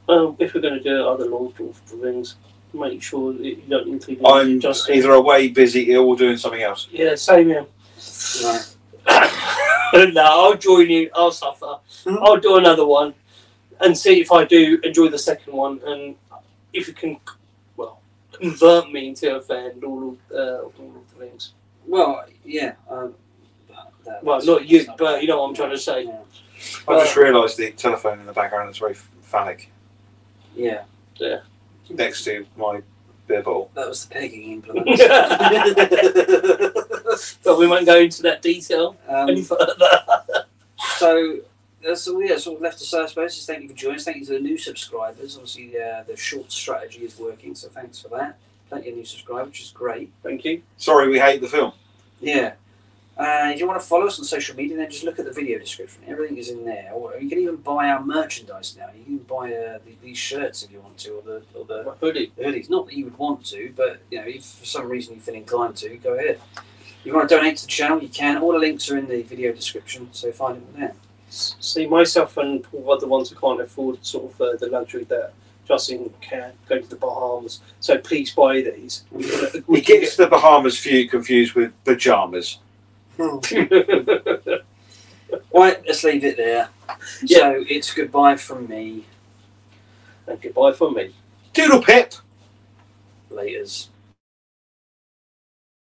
[SPEAKER 3] Um, if we're going to do other Lord of the Rings, make sure that you don't include
[SPEAKER 2] I'm
[SPEAKER 3] just
[SPEAKER 2] either away, busy, ill, or doing something else.
[SPEAKER 3] Yeah, same here.
[SPEAKER 1] right.
[SPEAKER 3] no, I'll join you. I'll suffer.
[SPEAKER 1] Hmm.
[SPEAKER 3] I'll do another one and see if I do enjoy the second one and if you can, well, convert me into a fan of all of, uh, all of the things.
[SPEAKER 1] well, yeah. Um, that- that-
[SPEAKER 3] Well, not you, but you know what I'm trying to say.
[SPEAKER 1] Yeah.
[SPEAKER 2] I just realised the telephone in the background is very phallic
[SPEAKER 1] yeah,
[SPEAKER 2] next to my beer bottle.
[SPEAKER 1] that was the pegging implement.
[SPEAKER 3] But we won't go into that detail any
[SPEAKER 1] um,
[SPEAKER 3] further.
[SPEAKER 1] so, that's all, yeah, sort of left to say, I suppose. Is thank you for joining us. Thank you to the new subscribers. Obviously, uh, the short strategy is working, so thanks for that. Plenty of new subscribers, which is great.
[SPEAKER 3] Thank you.
[SPEAKER 2] Sorry, we hate the film.
[SPEAKER 1] Yeah. Uh, if you want to follow us on social media, then just look at the video description. Everything is in there. Or you can even buy our merchandise now. You can buy uh, the, these shirts if you want to, or the or the
[SPEAKER 3] My hoodie.
[SPEAKER 1] hoodies. Not that you would want to, but you know, if for some reason you feel inclined to, go ahead. If you want to donate to the channel, you can. All the links are in the video description, so find it there.
[SPEAKER 3] S- See, myself and Paul are the ones who can't afford sort of uh, the luxury that Justin can go to the Bahamas. So please buy these.
[SPEAKER 2] He gets the Bahamas few confused with pajamas.
[SPEAKER 1] Right, let's leave it there.
[SPEAKER 3] Yeah.
[SPEAKER 1] So it's goodbye from me.
[SPEAKER 3] and goodbye from me.
[SPEAKER 2] Doodle pip.
[SPEAKER 1] Laters.